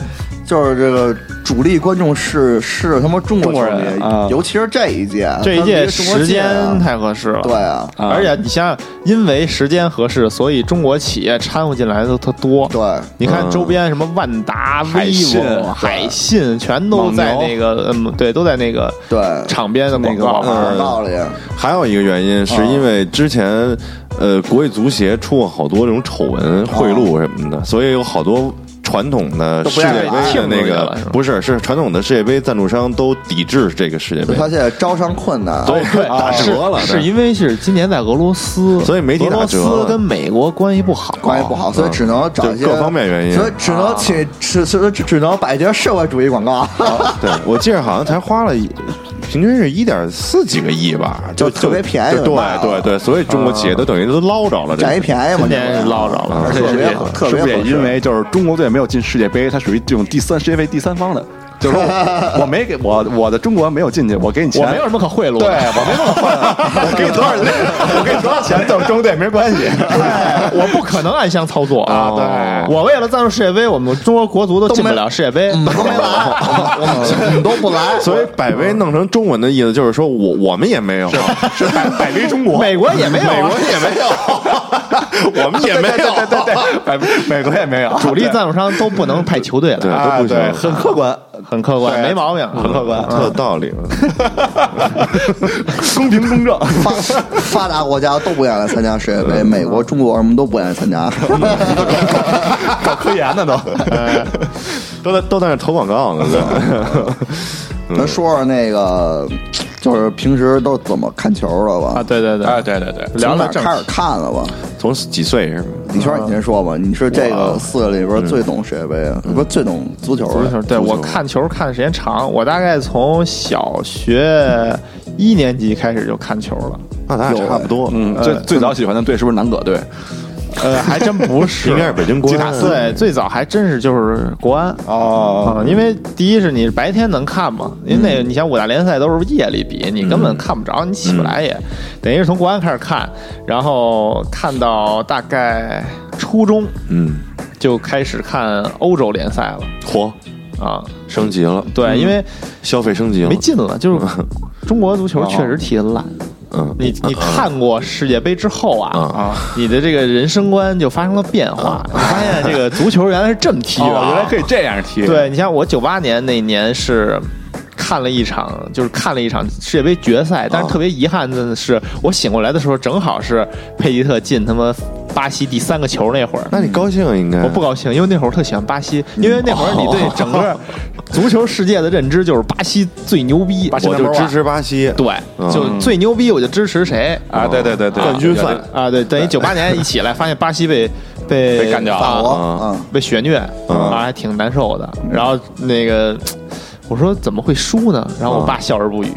就是这个主力观众是是他妈中国中国球人迷啊，尤其是这一届，这一啊他届们中国时界啊间太合适了，对。啊，啊而且你想想，因为时间合适，所以中国企业掺和进来的特多。啊对。你看周边什么万达、海信 vivo、海信，全都蒙牛在那个嗯，对，都在那个对场边的广告那个嗯有道理，啊还有一个原因，是因为之前呃，国际足协出过好多这种丑闻、贿赂什么的，所以有好多。传统的世界不让杯的那听出去个了是吧不是是传统的世界杯赞助商都抵制这个世界杯，他现在招商困难，啊对对打是折了，是因为是今年在俄罗斯，所以媒体俄打罗折斯了跟美国关系不好，关系不好，所以只能找一些就各方面原因所以只能请，只只只只能摆一些社会主义广告， (laughs) 对我记得好像才花了一平均是一点四几个亿吧，就就特别便宜就就对卖了对对，所以中国企业都等于都捞着了，这占一便宜嘛，今年是捞着嗯了，而而且且特是不别是也好特是别不是好也吃因为就是中国队没有进世界杯，它属于这种第三世界杯第三方 (laughs) 的，就是说我我没给我我的中国没有进去，我给你钱，我没有什么可贿赂对，的。我没那么坏， (laughs) 我给你多少钱，我给你多少钱，到中国队没关系。 (laughs) 我不可能暗箱操作啊！对，我为了赞助世界杯，我们中国国足都进不了世界杯，都没来，我们我们都不来，所以百威弄成中文的意思就是说我我们也没有，是百百威中 (laughs) 国，美国也没有美啊国。也没有，我们也没有，对对对对，百美国也没有主力赞助商都不能派球队对来，都啊，不行对，，很客观，很客观，对没毛病，很客观，特有道理。啊公平公正。 (laughs) 发发达国家都不愿意来参加世界杯，美国、中国什么都不愿意参加，搞科研呢都。都在都在那投广告呢，对，嗯咱说说那个，就是平时都怎么看球的吧？啊，对对对，对对对，从哪儿开始看了吧？从几岁是吧？李嗯圈，你先说吧。你是这个四个里边最懂世界杯啊，不是最懂足球嗯足球，的？对我看球看的时间长，我大概从小学一年级开始就看球了，那咱俩差不多，嗯，最最早喜欢的队是不是南葛队？呃，还真不 (laughs) 是，应该是北京国安吉塔嗯斯对，最早还真是就是国安哦，啊，因为第一是你白天能看嘛，因为那个你想五大联赛都是夜里比，你根本看不着，你起不来也，等于是从国安开始看，然后看到大概初中嗯，就开始看欧洲联赛了火啊，升级了，嗯对，因为消费升级了没，劲了，就是中国足球确实踢得烂。嗯，你你看过世界杯之后啊嗯啊，你的这个人生观就发生了变化，你发现这个足球原来是这么踢的啊，哦原来可以这样踢。对你像我九八年那年是。看了一场，就是看了一场世界杯决赛，但是特别遗憾的是，我醒过来的时候正好是佩吉特进他妈巴西第三个球那会儿，那你高兴啊应嗯该，我不高兴，因为那会儿我特喜欢巴西，因为那会儿你哦对整个 (laughs) 足球世界的认知就是巴西最牛逼，巴西我 number 就 one 嗯支持巴西，对，就最牛逼我就支持谁啊，对对对对，冠军赛啊？对，等于九八年一起来，发现巴西 (laughs) 被被被干掉了法国，啊嗯，被血虐嗯啊，还挺难受的。然后那个。我说怎么会输呢？然后我爸笑而不语。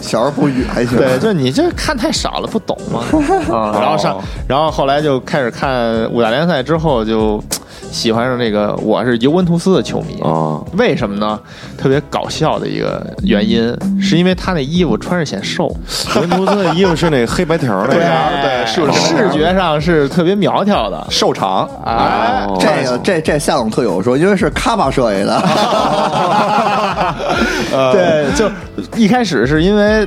小时候不语还行。 (laughs) 对，就你这看太少了，不懂 (laughs) 嘛。哦啊，然后上，然后后来就开始看五大联赛之后，就喜欢上这个。我是尤文图斯的球迷啊，哦为什么呢？特别搞笑的一个原因，嗯是因为他那衣服穿着显瘦。哎尤文图斯的衣服是那个黑白条儿那对个，啊对是视觉上是特别苗条的。瘦长哎，(laughs) 哦哦这个这这夏总特有说，因为是卡巴设计 (laughs) 的，呃对，就一开始是因为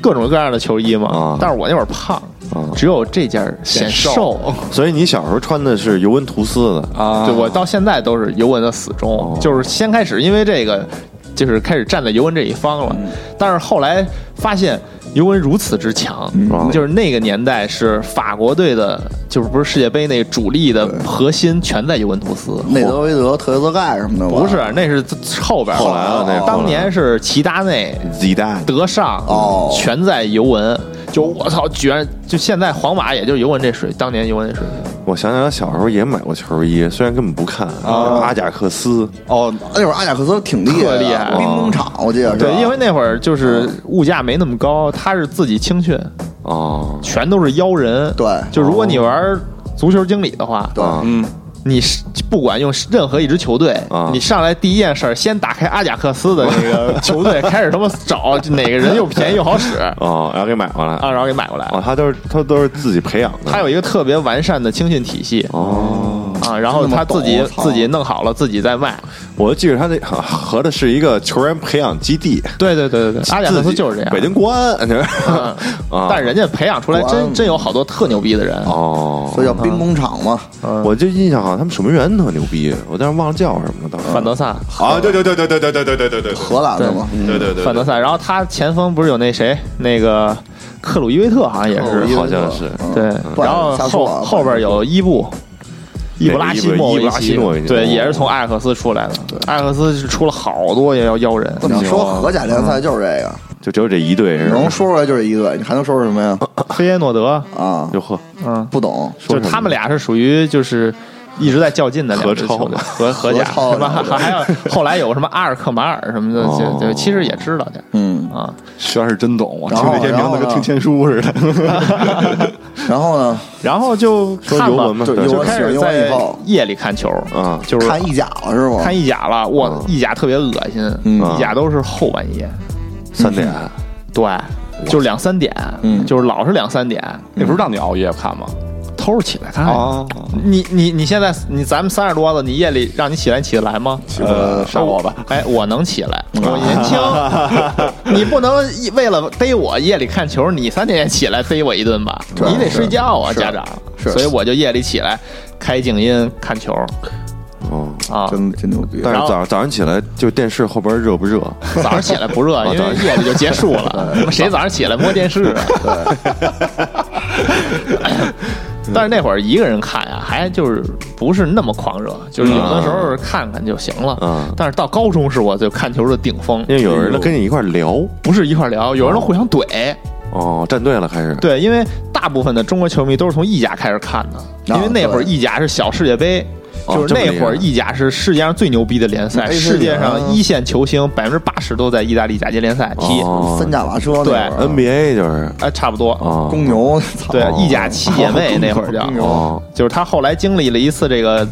各种各样的球衣嘛哦啊，但是我那会儿胖啊，只有这件儿显瘦。所以你小时候穿的是尤文图斯的，啊对我到现在都是尤文的死哦忠，就是先嗯开始因为这个，就是开始站在尤文这一方了，但是后来发现尤文如此之强，嗯就是那个年代是法国队的，就是不是世界杯那主力的核心全在尤文图斯。嗯内德维德、特雷泽盖什么的吧，不是，那是后边儿后来了那后来当年是齐达内、几代德尚哦全在尤文。就我操，居然就现在皇马也就是尤文这水，当年尤文这水平。我想想，小时候也买过球衣，虽然根本不看。阿贾克斯，哦，那会儿阿贾克斯挺厉害特的，厉害兵工厂我记得是吧对，因为那会儿就是物价没那么高，他是自己青训，哦，全都是妖人。对就如果你玩足球经理的话，对啊嗯，你是不管用任何一支球队，啊你上来第一件事儿先打开阿贾克斯的这个球队，开始他妈找哪个人又便宜又好使啊，哦，然后给买回来。然后给买过来。哦，他都是他都是自己培养的。他有一个特别完善的青训体系哦，啊，然后这么他自己懂我操自己弄好了，自己再卖。我就记着他那啊合着是一个球员培养基地。对对对对对，阿贾克自斯己就是这样。北京国安，嗯啊但是人家培养出来国真安真有好多特牛逼的人。哦，所以叫嗯兵工厂嘛。我就印象好像他们守门员特牛逼，我但是忘了叫什么了。当时范德萨，啊，对对对对对对对对对对对，荷兰的嘛，对对对，范德萨，然后他前锋不是有那谁，那个克鲁伊维特好像也克鲁伊是维，好像是嗯对，不然后瞎后说啊后边有伊布。伊布拉希莫维伊布拉奇希莫维奇对，哦也是从埃尔克斯出来的。埃尔克斯是出了好多也要妖人，嗯不能说荷甲联赛就是这个，就只有这一队是吧能说出来就是一个，你还能说出什么呀？ (laughs) 菲耶诺德，啊，就呵，嗯，不懂，就他们俩是属于就是一直在较劲的两支球合超队，嘛和荷甲合超什么两 (laughs) 还还有后来有什么阿尔克马尔什么的，哦就就其实也知道点儿嗯。啊。徐老师真懂，我听然后这些名字跟听天书似的。然后呢，然后就说看尤吧文，嘛，就对尤就文开始喜欢在以后夜里看球啊就是看意甲了是吗？看意甲了，我嗯意甲特别恶心，哦嗯意甲都是后半夜，三点对，就是两三点，嗯就是老是两三点，那不是让你熬夜看吗？偷着起来看。哦，你你你现在你咱们三十多了，你夜里让你起来，你起得来吗？呃，杀我吧！哎，我能起来，嗯我年 (laughs) 轻， (laughs) 你不能一为了逮我夜里看球，你三点也起来逮我一顿吧？对你得睡觉啊，是家长。是所以我就夜里起来开静音看球哦。啊。真真牛逼！但是然后早上早上起来就电视后边热不热？ (laughs) 早上起 (laughs) 来不热，因为夜里就结束了。他妈谁早上起来摸电视啊？ (laughs) 但是那会儿一个人看呀，还就是不是那么狂热，就是有的时候看看就行了。嗯但是到高中是我就看球的顶峰，因为有人能跟你一块儿聊不是一块儿聊，有人互相怼。哦，站队了开始对，因为大部分的中国球迷都是从意甲开始看的，因为那会儿对意甲是小世界杯。啊哦就是这么那厉害哎会儿，意甲是世界上最牛逼的联赛，嗯世界上 A 级啊一线球星百分之八十都在意大利甲级联赛踢，哦三驾马车那会儿啊 NBA 就是哎，差不多。啊公牛，操对，意甲七姐妹那会儿叫，哦就是他后来经历了一次这个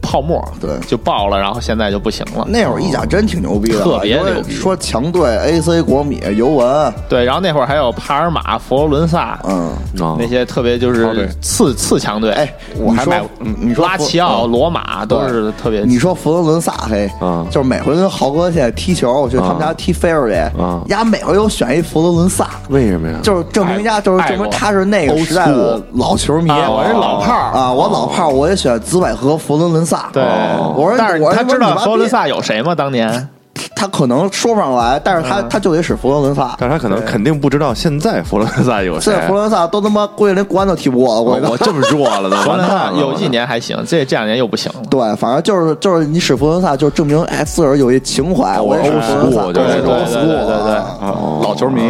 泡沫，对就爆了，然后现在就不行了。那会儿意甲真挺牛逼的，特别因为牛逼说强队 AC 国米、尤文，对，然后那会儿还有帕尔马、佛罗伦萨嗯，哦那些特别就哦对是次次强队。哎，我还买说，你说拉齐奥、嗯罗马都是特别。你说佛罗伦萨嘿，嗯就是每回跟豪哥现在踢球，我去他们家踢菲尔去嗯，丫每回都选一佛罗伦萨，嗯为什么呀？就是证明丫就是爱证国明他是那个时代的老球迷，啊我是老炮儿啊，我老炮儿，我也选紫百合佛罗伦萨，对，我说但是我说他知你道妈佛罗伦逼萨有谁吗？当年他可能说不上来，但是他他就得使佛罗伦萨，但是他可能肯定不知道现在佛罗伦萨有谁现在佛罗伦萨都他妈估计连国安都踢不过了，我跟你哦我说这么弱了 (laughs) 都佛罗完伦萨蛋了有一年还行，这这两年又不行了。对，反正就是就是你使佛罗伦萨，就证明哎自个儿有一情怀，我也是佛罗伦萨，我 old school，就是对对老对 old 对 school，对对。老哦球迷，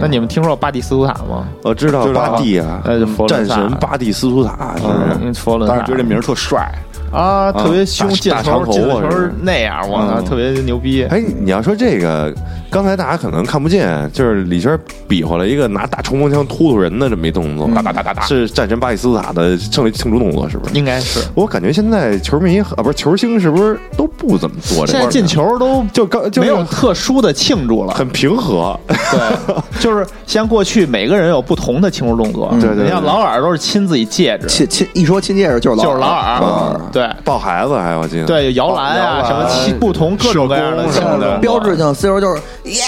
那你们听说过巴蒂斯图塔吗？我知道知道巴蒂啊那就佛，罗战伦萨神巴蒂斯图塔是不是嗯，佛罗伦当萨时觉得这名儿特帅。啊，特别凶，大进大球长头进啊球是吧那样，我操，嗯特别牛逼。哎，你要说这个，刚才大家可能看不见，就是李轩比划了一个拿大冲锋枪突突人的这么一动作，嗯哒哒哒哒哒，是战神巴蒂斯图塔的胜利庆祝动作，是不是？应该是我感觉现在球迷啊，不是球星，是不是都不怎么做这现个？在进球都就刚就没是有特殊的庆祝了，很平和， (laughs) 对，就是像过去每个人有不同的庆祝动作，对对对你像劳尔都是亲自己戒指，亲亲一说亲戒指就是就是劳尔，嗯对，对抱孩子还我记得，对，有摇篮摇啊，篮什么其不同各种各样的社工什么的项目标志性 C 罗就是耶！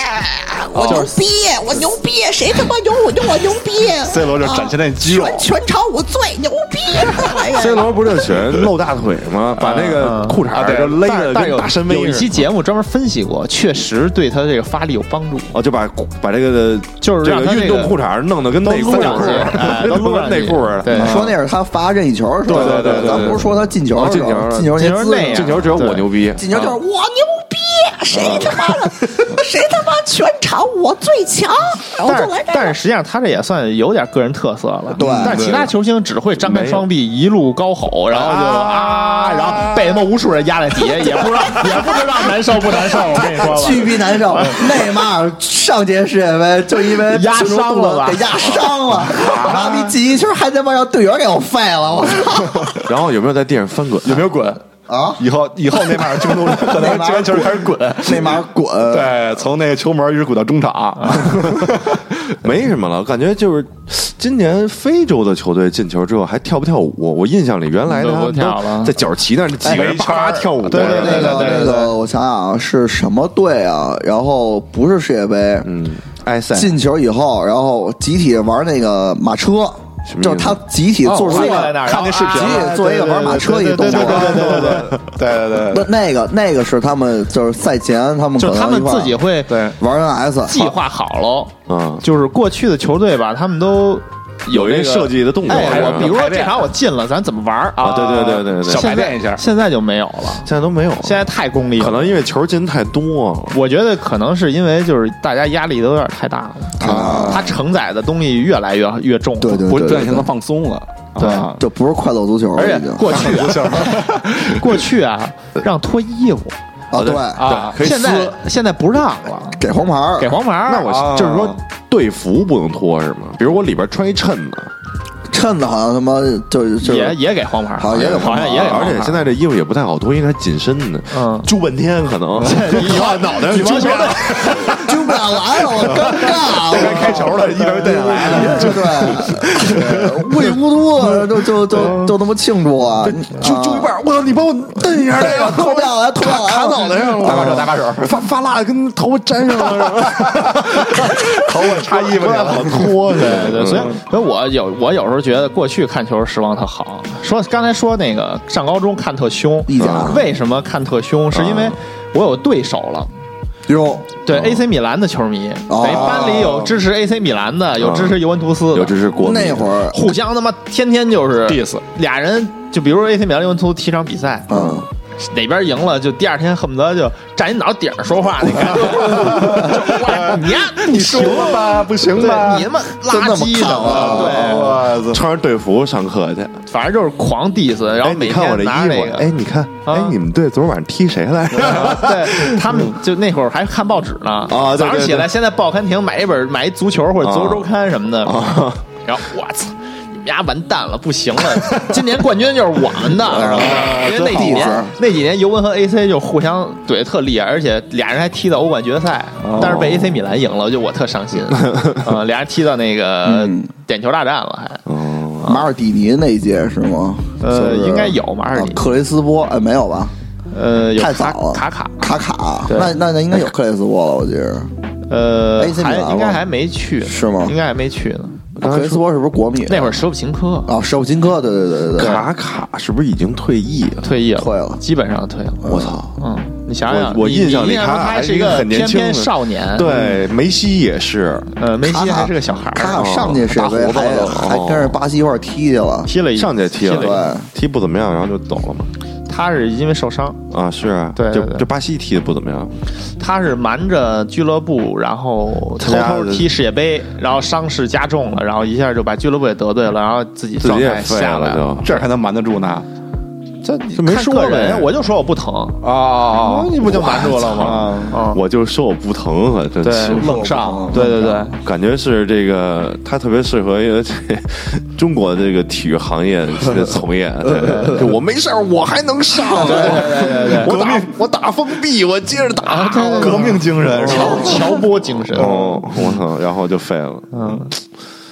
我牛逼，我牛逼，谁他妈有我就我牛逼 C 罗就展现那肌肉全全场我最牛逼！哎呀 C 罗不是就喜 (laughs) 欢露大腿吗？把那个裤衩啊，儿对就，勒但着，但有跟大深 V 有一似期的节目专门分析过，确实对他这个发力有帮助，哦，就把把这个 (laughs) 就是这让他个运动裤衩儿弄得跟内裤都似撸上去的， (laughs) 哎都撸上跟去内裤似的。对你说那是他啊罚任意球是吧？对对对对咱不是说他进球哦是进球吧？了进球进球那是姿势那样进球只有我牛逼，进球就是我牛逼，谁他妈的，谁他妈全场我最强！然后但就是来这但是个，实际上他这也算有点个人特色了。对但是其他球星只会张开双臂一路高吼，然后就啊，然后被他们无数人压在底下，也不知道也不知道难受不难受。我跟你说吧，嗯巨逼难受。内马尔上届世界杯就因为压伤了吧啊给压伤了，然后你进一球还他妈让队员给我废了，我 (laughs) 操！然后有没有在地上翻滚？有没有滚？啊，以后以后内马尔进攻可能接完球开始滚，内马尔滚！对，从那个球门一直滚到中场，没什么了，我感觉就是今年非洲的球队进球之后还跳不跳舞？我印象里原来的都他不们跳了哎都在角旗那儿几个人啪跳舞，对对那对个那个，我想想啊，是什么队啊？然后不是世界杯，嗯，埃塞进球以后，然后集体玩那个马车什么意思，就是他集体做出一坐在个那儿，看那视频集体做一个玩马车一个动对作对。对对对对。对对那对，那个那个是他们就是赛前他们可就能他一们块儿自己会对玩 NS 计划好喽。嗯就是过去的球队吧，他们都有一这个个设计的动作，哎，是吧我比如排说练这场我进了，咱怎么玩儿啊？啊，对对对对对，小现排练一下现在就没有了，在都没有了，现在太功利了。可能因为球进太多了，我觉得可能是因为就是大家压力都有点太大了，啊它承载的东西越来越越重了。对对不对是对现在放松了，对啊就不是快乐足球了，而已且经过去啊，过去 (laughs) 啊，让脱衣服啊对，啊，可以现在撕现在不让了，给红牌儿给黄牌儿。那我啊就是说队服不能脱是吗？比如我里边穿一衬子，趁着好像他妈就是就也是也给黄牌儿，好也给黄好牌儿哎像也给黄而牌儿，且现在这衣服也不太好脱，因为它紧身的，嗯揪半天可能，在脑袋羽毛球的就不想来了，我尴尬了，该开球了，一人对来了，对对，对，里糊涂就就就就他妈庆祝啊！揪揪一半，我操，你帮我蹬一下这个， (laughs) 脱不下来，脱不下来，卡脑袋上了，搭把手搭把手，发发蜡跟头发粘上 (laughs) 了，头我插衣服去好了，脱对对，所以嗯所以我有我有时候觉得过去看球时光特好。说刚才说那个上高中看特凶，意甲啊为什么看特凶？是因为我有对手了。哟，对 AC 米兰的球迷，哦等于班里有支持 AC 米兰的，有支持尤文图斯的，有这是国民那会儿互相他妈天天就是 diss 俩人，就比如说 AC 米兰尤文图斯踢场比赛，嗯，哪边赢了就第二天恨不得就站你脑顶上说话，你看，就你呀不行行吧，不行对吧你，他妈真垃那么圾看呢啊对，我操，穿着队服上课去。反正就是狂 diss，然后哎，每你看我天这拿那衣个服，哎，，你看，哎啊，你们队昨儿晚上踢谁来着？ (laughs) 对他嗯们就那会儿还看报纸呢，啊对对早上起来对先在报刊亭买一本买一足球或者足球周刊什么的，啊然后我操。你们家完蛋了，不行了！ (laughs) 今年冠军就是我们的，然后因为那几啊真好年玩那几年尤文和 AC 就互相怼得特厉害，而且俩人还踢到欧冠决赛，哦但是被 AC 米兰赢了，就我特伤 (laughs) 心。嗯，俩人踢到那个嗯点球大战了，还马尔蒂尼那一届是吗？呃就是应该有马尔蒂尼啊克雷斯波哎没有吧？呃有太卡早了，卡卡卡卡，对那那那应该有克雷斯波了，我记得。哎呃 AC 米还兰应该吗还没去呢是吗应该还没去呢。克雷斯波是不是国米？那会儿舍甫琴科啊，舍甫琴科，对对对对对，卡卡是不是已经退役了？退役了，退了基本上退了。我操！嗯，你想想，我我你印象里你中卡卡他还是是一一个很翩年轻的翩少年，，对，梅西也是，呃，梅卡西卡还是个小孩卡儿，卡上届世界杯大胡子还了还跟着巴西一块儿踢去了，踢了一上届踢了一个，了，踢不怎么样，然后就走了嘛。他是因为受伤，啊，是啊，对对就对就巴西踢的不怎么样，他是瞒着俱乐部，然后偷参加偷踢世界杯，然后伤势加重了，然后一下就把俱乐部也得罪了，然后自己自己状也态废下来了。就。这还能瞒得住呢？这就没看说个人呗我就说我不疼，啊你不就瞒住了吗？ (laughs) 嗯，我就说我不疼啊，真对是，愣上，对对对，感觉是这个他特别适合一个 (laughs) 这中国的这个体育行业的从业。 (laughs) 对，就我没事儿，我还能上，我打我打封闭，我接着打，革命精神是吧？乔乔波精神，哦，我操，然后就废了。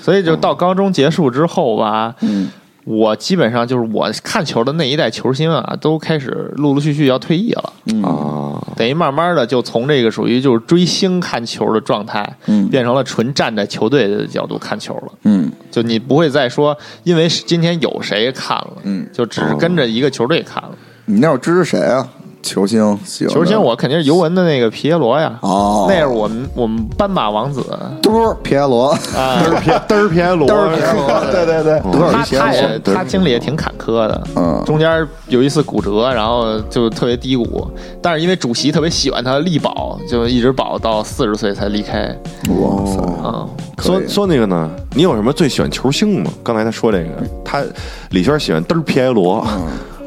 所以就到高中结束之后吧，嗯，我基本上就是我看球的那一代球星啊，都开始陆陆续续要退役了，嗯啊，等于慢慢的就从这个属于就是追星看球的状态，嗯变成了纯站在球队的角度看球了。嗯就你不会再说，因为今天有谁看了，嗯哦就只是跟着一个球队看了。你那会儿支持谁啊？球星，喜欢的球星我肯定是尤文的那个皮耶罗呀，哦那是我们我们斑马王子，嘟儿皮耶罗，啊嘚儿 (laughs) 偏嘚儿偏罗，对对对，多少他一些他也我他经历也挺坎坷的，嗯中间有一次骨折，然后就特别低谷，但是因为主席特别喜欢他，力保就一直保到四十岁才离开，哇塞，嗯，可说以说那个呢？你有什么最喜欢球星吗？刚才他说这个，他李轩喜欢嘚儿皮埃罗，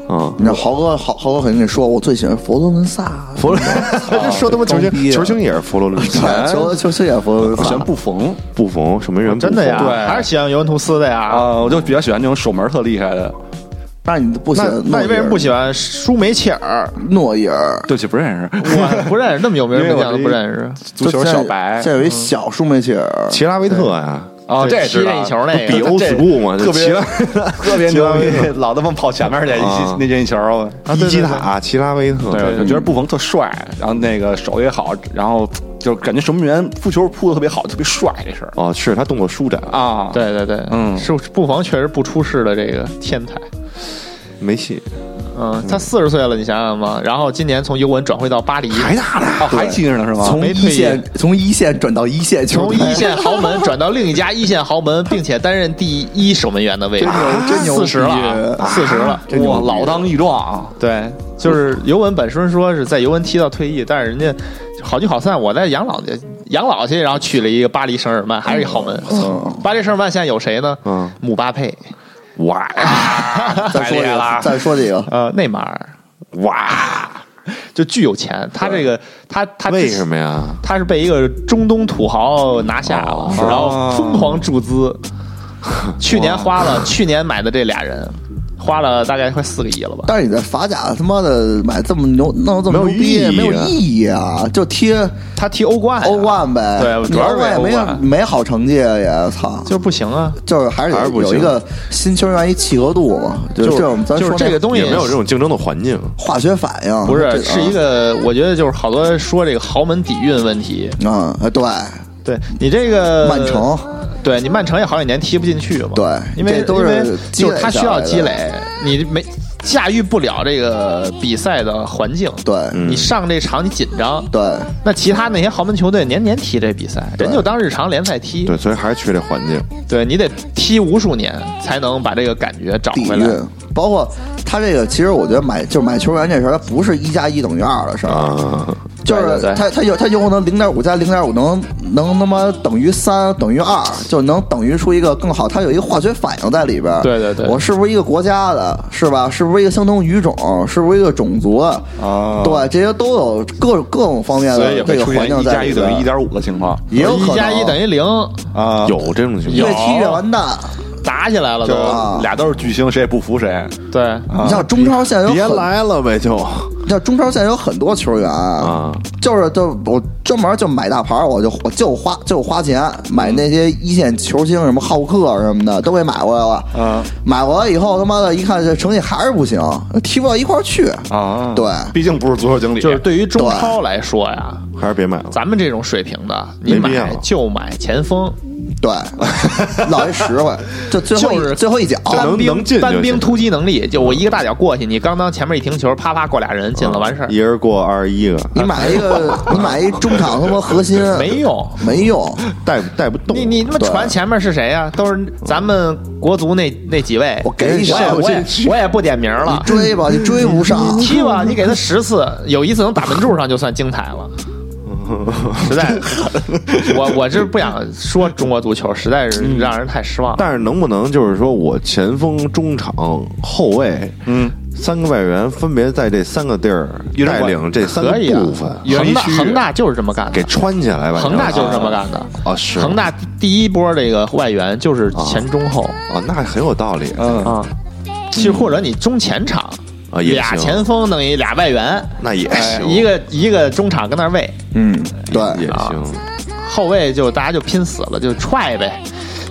啊，你知道豪哥，豪豪哥肯定得说，我最喜欢佛罗伦萨，佛罗， (laughs) 他就说他妈球装星，逼啊球星也是佛罗伦萨，全球球星也佛罗伦我萨喜欢，布冯不冯守门员真的呀，不还是喜欢尤文图斯的呀。啊，我就比较喜欢那种守门特厉害的。那你不喜那欢诺那伊尔？你为什么不喜欢舒梅切尔？诺伊尔？对不起，不认识。 (laughs) 我不认识，那么有名的门将都不认识。足球小白这有一小舒梅切尔，齐拉维特呀，啊，这也踢知道任意球那 (laughs) 比个，欧斯布嘛，特别齐 (laughs) 拉特别牛逼，老他妈跑前面去，一啊记那任意球。啊伊对基对对塔、齐拉维特，对，我觉得布冯特帅，然后那个手也好，然后就感觉守门员扑球扑的特别好，特别帅这事儿哦，是他动作舒展，啊。对对对，嗯是布冯确实不出世的这个天才。没戏，嗯，他四十岁了，你想想吧。然后今年从尤文转会到巴黎，还大呢，哦，还踢着呢是吗？从嗯没一退役线从一线转到一线球从队，一线豪门转到另一家一线豪门，并且担任第一守门员的位置，啊真牛四十了真牛啊，逼四十了。真牛哇，逼老当益壮啊！对，就是尤文本身说是在尤文踢到退役，但是人家好聚好散，我在养老去养老去，然后娶了一个巴黎圣日耳曼，还是一豪门。巴黎圣日耳曼现在有谁呢？嗯姆巴佩，哇再说几个，再说几个，呃，内马尔，哇，就巨有钱。他这个他他为什么呀？他是被一个中东土豪拿下哦了，然后疯狂注资，去年花了，去年买的这俩人，花了大概快四个亿了吧？但是你在法甲他妈的买这么牛弄这么牛逼没没有意义有啊意义啊！就踢他踢欧冠呀，欧冠啊呗，哎对主要是你欧冠也欧没冠没好成绩啊也操，就是不行啊，就是还是还是有不行有一个新球员一契合度嘛，就是这种咱就是说这个东西也没有这种竞争的环境，化学反应，不这是个啊是一个，我觉得就是好多说这个豪门底蕴问题。啊哎对对你这个曼城，对你曼城也好几年踢不进去嘛，对因为这都是因为积累就是他需要积下来累，你没驾驭不了这个比赛的环境，对你上这场你紧张，对那其他那些豪门球队年年踢这比赛，人就当日常联赛踢。对，所以还是缺这环境。对你得踢无数年才能把这个感觉找底回来。蕴，包括他这个，其实我觉得买就是买球员这事儿，它不是一加一等于二的事儿，啊，就是对对对他他有他有可能零点五加零点五能能他妈等于三等于二，就能等于出一个更好。他有一个化学反应在里边儿。对对对我是不是一个国家的，是吧？是不是一个相同语种？是不是一个种族？啊，对，这些都有各各种方面哦所以也的这会个出环现境一在加里一边等儿于一，点五的情况也有可一能加一等于零，啊，有这种情越况，踢越完蛋。打起来了就都。啊俩都是巨星，谁也不服谁。对，你像中超现在有别很来了呗，就像中超现在有很多球员啊，就是就我专门就买大牌，我就我就花就花钱买那些一线球星，什么浩克什么的都给买过来了。啊，买回来以后他妈的，一看这成绩还是不行，踢不到一块儿去啊对，毕竟不是足球经理，就是对于中超来说呀，还是别买了。咱们这种水平的，你没必要买就买前锋，对，老一实惠，就最后一、就是最后一脚，就能能单兵进就行单兵突击能力，就我一个大脚过去，你刚当前面一停球，啪啪过俩人啊进了，完事儿一人过二十一个，你买一个你买一中场他妈核心没用。没用，带带不动。你你他妈对传前面是谁呀、都是咱们国足那那几位，我给你我也上我也我也不点名你了，追吧，你追不上。啊踢吧，你给他十次，有一次能打门柱上就算精彩了。实在，我我这不想说中国足球，实在是让人太失望了。但是能不能就是说我前锋、中场、后卫，嗯，三个外援分别在这三个地儿一人带管领这三个可以啊部分，恒大一区恒大就是这么干给的，穿起来吧。恒大就是这么干干的。哦，啊是恒大第一波这个外援就是前中后哦，那很有道理嗯，啊，其实或者你中前场啊，也俩行，哦前锋等于俩外援，那也哎行，一个一个中场跟那儿喂，嗯，也对，行，后卫就大家就拼死了，就踹呗。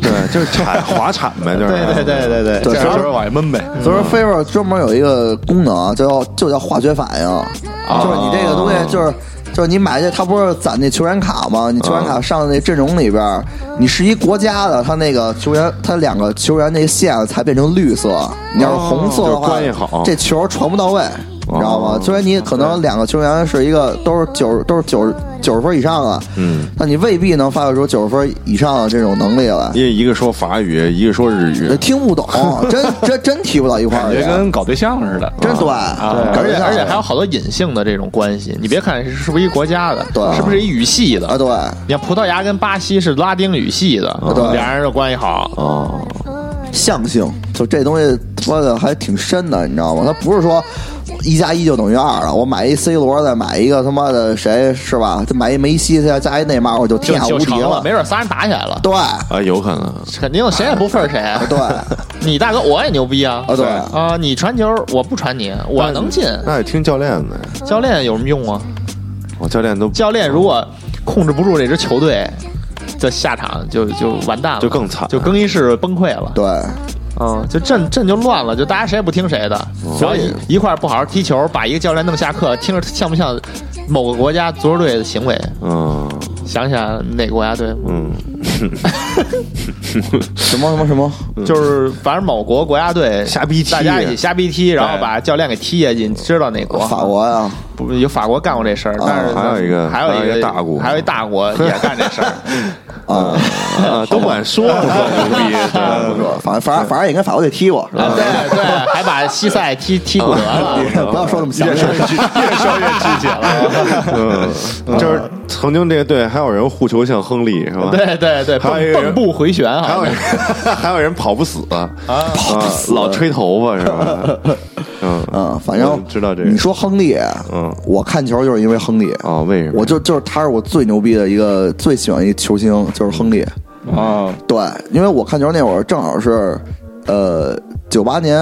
对，就是铲滑铲呗，就是对对对对对，对这样就是往下闷呗。所以说 Favor 专门有一个功能啊，就叫就叫化学反应，就是你这个东西就是。就是你买这，它不是攒那球员卡吗？你球员卡上那阵容里边儿，你是一国家的，它那个球员，它两个球员那个线才变成绿色。你要是红色的就话关系好，这球传不到位，你知道吗？虽然你可能两个球员是一个都是九都是九九十分以上的，嗯，那你未必能发挥出九十分以上的这种能力来，因为一个说法语，一个说日语，听不懂，真真真提不到一块儿感去啊觉。跟搞对象似的，真对，对啊而且而且还有好多隐性的这种关系，你别看是是不是一国家的，对是不是一语系的啊，对，啊你看葡萄牙跟巴西是拉丁语系的，对啊俩人的关系好，象性就这东西他妈的还挺深的，你知道吗？它不是说一加一就等于二了，我买一 C 罗再买一个他妈的谁是吧？再买一梅西再加一内马尔，我就就天下就无敌成了，没准仨人打起来了，对啊，有可能。肯定谁也不忿谁。对啊你大哥我也牛逼啊！对，啊，你传球我不传你，我能进。那得听教练的，教练有什么用啊？我教练都教练如果控制不住这支球队的下场，就就完蛋了，就更惨就更衣室崩溃了。对嗯，就阵阵就乱了，就大家谁也不听谁的，嗯然后一一块儿不好好踢球，把一个教练弄下课，听着像不像某个国家足球队的行为？嗯想想哪个国家队？嗯，什么什么什么，就是反正某国国家队嗯瞎逼踢啊大家一起瞎逼踢，然后把教练给踢下去。你知道哪国？法国呀、不有法国干过这事儿，但是哦还有一个还有还有一一个大国还有一 (laughs) 大国也干这事儿。啊都管说了，牛逼，不是，反正反正反正也跟法国队踢过，是吧？呃啊对对，还把西塞踢踢骨折了。 (laughs) 不要说那么详细，嗯，就是曾经这个队还有人护球像亨利是吧？对对对，哦还有一个蹦蹦人步回旋还有 (laughs) 啊，人还有人跑不死啊，老吹头发是吧？嗯嗯，反正我知道这个你说亨利，嗯我看球就是因为亨利哦为什么呀我就就是他是我最牛逼的一个最喜欢一球星，就是亨利。嗯啊，对，因为我看球那会儿正好是，呃，九八年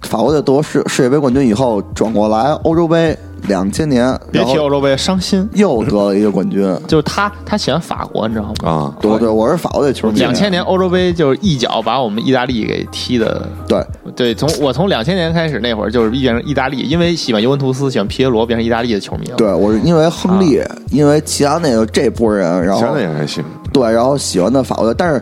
法国队夺世世界杯冠军以后，转过来欧洲杯两千年，别然后提欧洲杯，伤心。又得了一个冠军。就是他，他喜欢法国，你知道吗？啊，对对，我是法国队球迷。两千年欧洲杯就是一脚把我们意大利给踢的，对对，从我从两千年开始那会儿就是变成意大利，因为喜欢尤文图斯，喜欢皮耶罗，变成意大利的球迷了。对，我是因为亨利，啊因为齐达内有这波人，然后想想也还行，对，然后喜欢的法国队，但是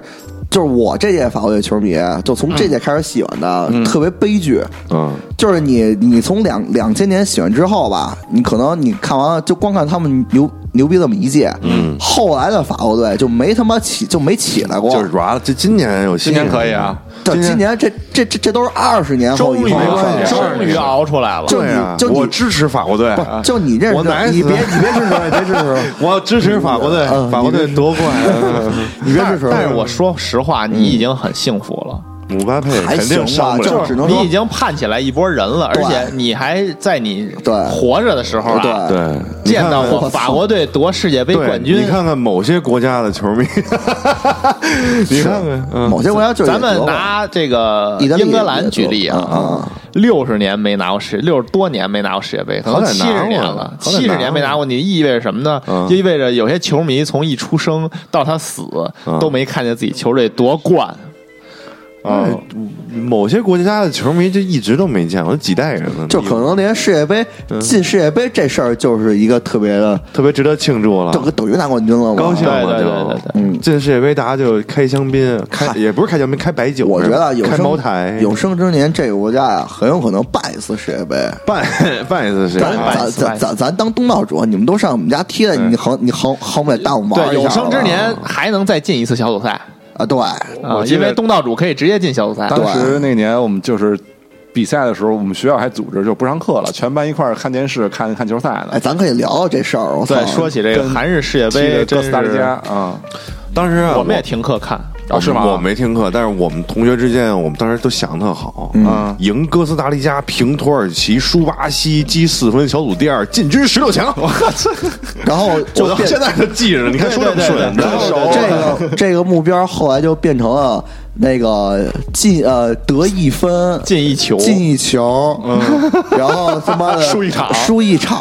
就是我这届法国队球迷，就从这届开始喜欢的，特别悲剧。嗯就是你，你从两两千年喜欢之后吧，你可能你看完了就光看他们牛牛逼这么一届，嗯，后来的法国队就没他妈起就没起来过，就是软了。这今年有今新人年可以啊，这今年这这这这都是二十年后终以于后的事儿了，终于熬出来了。就对啊你，就你我支持法国队，啊不是就你认识我奶的，死你别他你别支持，别支持， (laughs) 我要支嗯持法国队，法国队夺冠。 (laughs) 你别支持，但是我说实话，你已经很幸福了。姆巴佩还肯定行吧上不就了是，只能你说已经盼起来一波人了，而对且你还在你对活着的时候啊，对对，你见看到看过法国队夺世界杯对冠军你。看看某些国家的球 (laughs) 迷，你看看，嗯，某些国家就是咱也们得过拿这个意大利英格兰也举例得过啊，六十年没拿过世，六十多年没拿过世界杯，好歹七拿十过年了了，好歹七拿十年没拿过，你意味着什么呢？嗯就意味着有些球迷从一出生到他死嗯都没看见自己球队夺冠，啊，某些国家的球迷就一直都没见过，几代人了，就可能连世界杯嗯进世界杯这事儿就是一个特别的，特别值得庆祝啊了就。跟等于拿冠军了嘛，高兴嘛就对对对对嗯进世界杯，大家就开香槟，开也不是开香槟，开白酒。我觉得啊有开生茅台，有生之年这个国家呀，很有可能办一次世界杯。办办一次世界咱杯，办一咱次办咱一次咱咱当东道主，你们都上我们家踢了，你横你横横不得带我们玩对，一下有生之吧年还能再进一次小组赛啊，对，啊，记因得为东道主可以直接进小组赛。当时那年我们就是比赛的时候，我们学校还组织就不上课了，全班一块儿看电视看看球赛呢哎，。咱可以聊聊这事儿。我操对，说起这个跟韩日世界踢杯，的哥真斯达黎是加啊，当时啊我们也停课看。我啊是吗？我没听课，但是我们同学之间，我们当时都想得特好，嗯赢哥斯达黎加，平土耳其，输巴西，积四分，小组第二，进军十六强。我操！然后我就到变现在都记着，你看说这么顺，对对对对这个这个目标后来就变成了那个进呃得一分进一球，进一球，嗯然后他妈的输一场，输一场，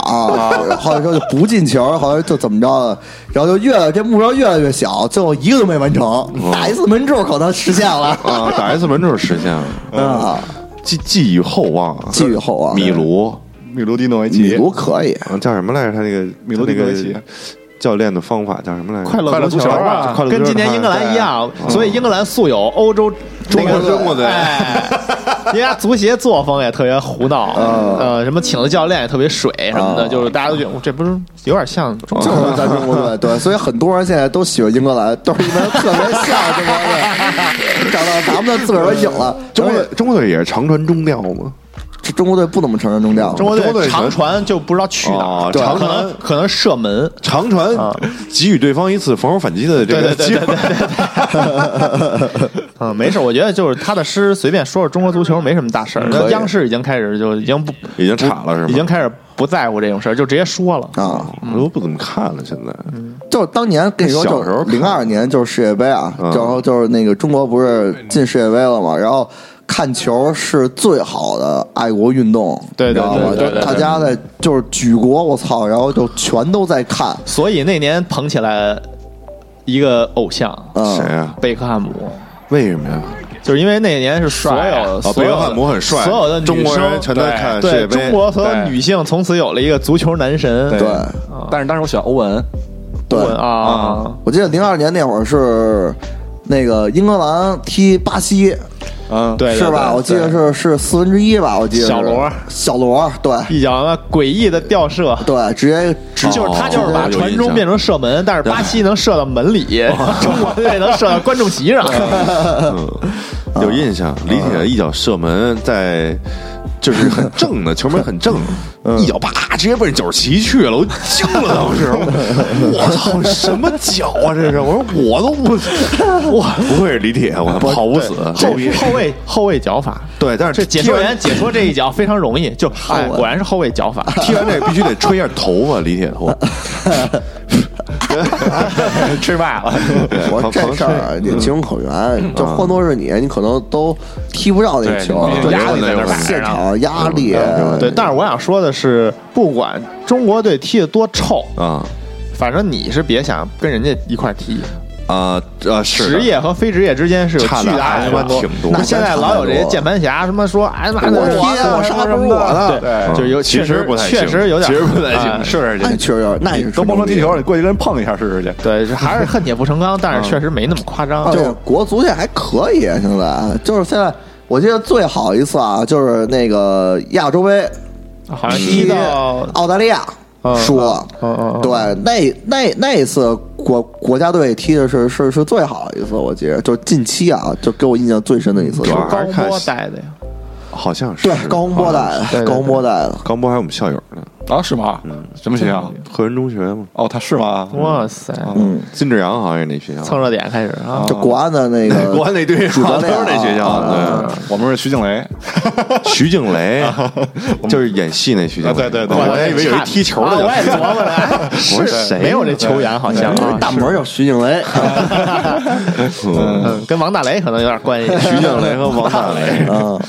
好像说就不进球，好像就怎么着的，然后就越这目标越来越小，最后一个都没完成，打一次门柱可能实现了啊，打 S 门就是实现了，啊，寄寄予厚望，寄予厚望米卢，米卢蒂诺维米奇，卢可以，嗯，叫什么来着？他那个米卢他那蒂诺个维奇教练的方法叫什么来着？快乐足球啊，快乐足球嗯跟今年英格兰一样，所以英格兰素有欧洲那个中国队 (laughs) 哎，人家足协作风也特别胡闹，嗯呃，什么请的教练也特别水什么的，就是大家都觉得哦这不是有点像中国就是咱中国队，对，所以很多人现在都喜欢英格兰，都是因为特别像中国队，找到咱们的自个儿的影了。中国而队中国队也是长传中调吗？且中国队不怎么承认中调，中国中国队队长传就不知道去哪哦儿，对可长能可能射门，长传给予对方一次防守反击的这对个对机对对会对，对。嗯，没事，我觉得就是踏踏实实随便说说中国足球没什么大事儿。那央视已经开始就已经不已经岔嗯了是吗？已经开始不在乎这种事儿，就直接说了。嗯啊，我都不怎么看了，现在就是当年跟你说，小时候看零二年就是世界杯啊，嗯然后就是那个中国不是进世界杯了嘛，然后看球是最好的爱国运动，对对你知道吗对对就对对大家在就是举国，我操，然后就全都在看，所以那年捧起来一个偶像嗯，谁啊？贝克汉姆，为什么呀？就是因为那年是哦所有啊所有贝克汉姆很帅所有的女生中国人全都看对世界杯对中国所有对女性从此有了一个足球男神。对对但是当时我喜欢欧文，对啊啊，我记得零二年那会儿是那个英格兰踢巴西，嗯，对是吧？我记得。对对是是四分之一吧，我记得是小罗小罗，对一脚那诡异的吊射，哦对，直接直就是他就是把传中变成射门，但是巴西能射到门里， (laughs) 中国队能射到观众席上。有印象，李铁一脚射门，在就是很正的球门很正，一脚啪直接奔九十七去了，我 (laughs) 惊了当时，我操，什么脚啊这是？我说我都不，我不愧是李铁，我跑不死后后卫后卫脚法，对，但是这解踢说完员解说这一脚非常容易，就哎果然是后卫脚法。踢完这必须得吹一下头发，李铁头，吃败了，我说这事儿啊嗯也情有可原，啊就换做是你，你可能都踢不上那球，这对压力在那儿摆着呢嗯现场压力，嗯对。但是我想说的是，不管中国队踢得多臭，啊反正你是别想跟人家一块儿踢。啊啊！是的职业和非职业之间是有差巨得大还的他妈多挺多那现在老有这些键盘侠什么说，哎妈的，我踢啊我啥杀不是我的嗯对，就有嗯确其实不太行确实有点，其实不太行哎是不是那确实有点，那也是都甭说吹踢牛逼。球，你过去跟人碰一下试试去。对，是还是恨铁不成钢，但是确实没那么夸张。嗯就就是哎国足这还可以，啊现在就是现在，我记得最好一次啊，就是那个亚洲杯好像踢踢到澳大利亚嗯输了，嗯嗯嗯对，那那那一次国国家队踢的是是是最好的一次，我记得就近期啊，就给我印象最深的一次。主要高波带的呀，好像是对高洪波带好像是对对的，高洪波带的，高波还有我们校友呢，啊，是吗？嗯什么学校？河源中学嘛，哦，他是吗？哇塞，嗯，金志扬好像也那学校，蹭热点开始嗯啊，就国安的那 (laughs) 个国安那队主教好像练都是那学校啊对嗯我们是徐静蕾，徐静蕾，就是演戏那徐静蕾。啊对对对我还以为有一踢球啊的我也呢。琢 (laughs) 磨了哎，是谁没有这球员好像啊，大门叫徐静蕾，嗯，跟王大雷可能有点关系。 (laughs) 徐静蕾和王大 (laughs) 雷，啊嗯，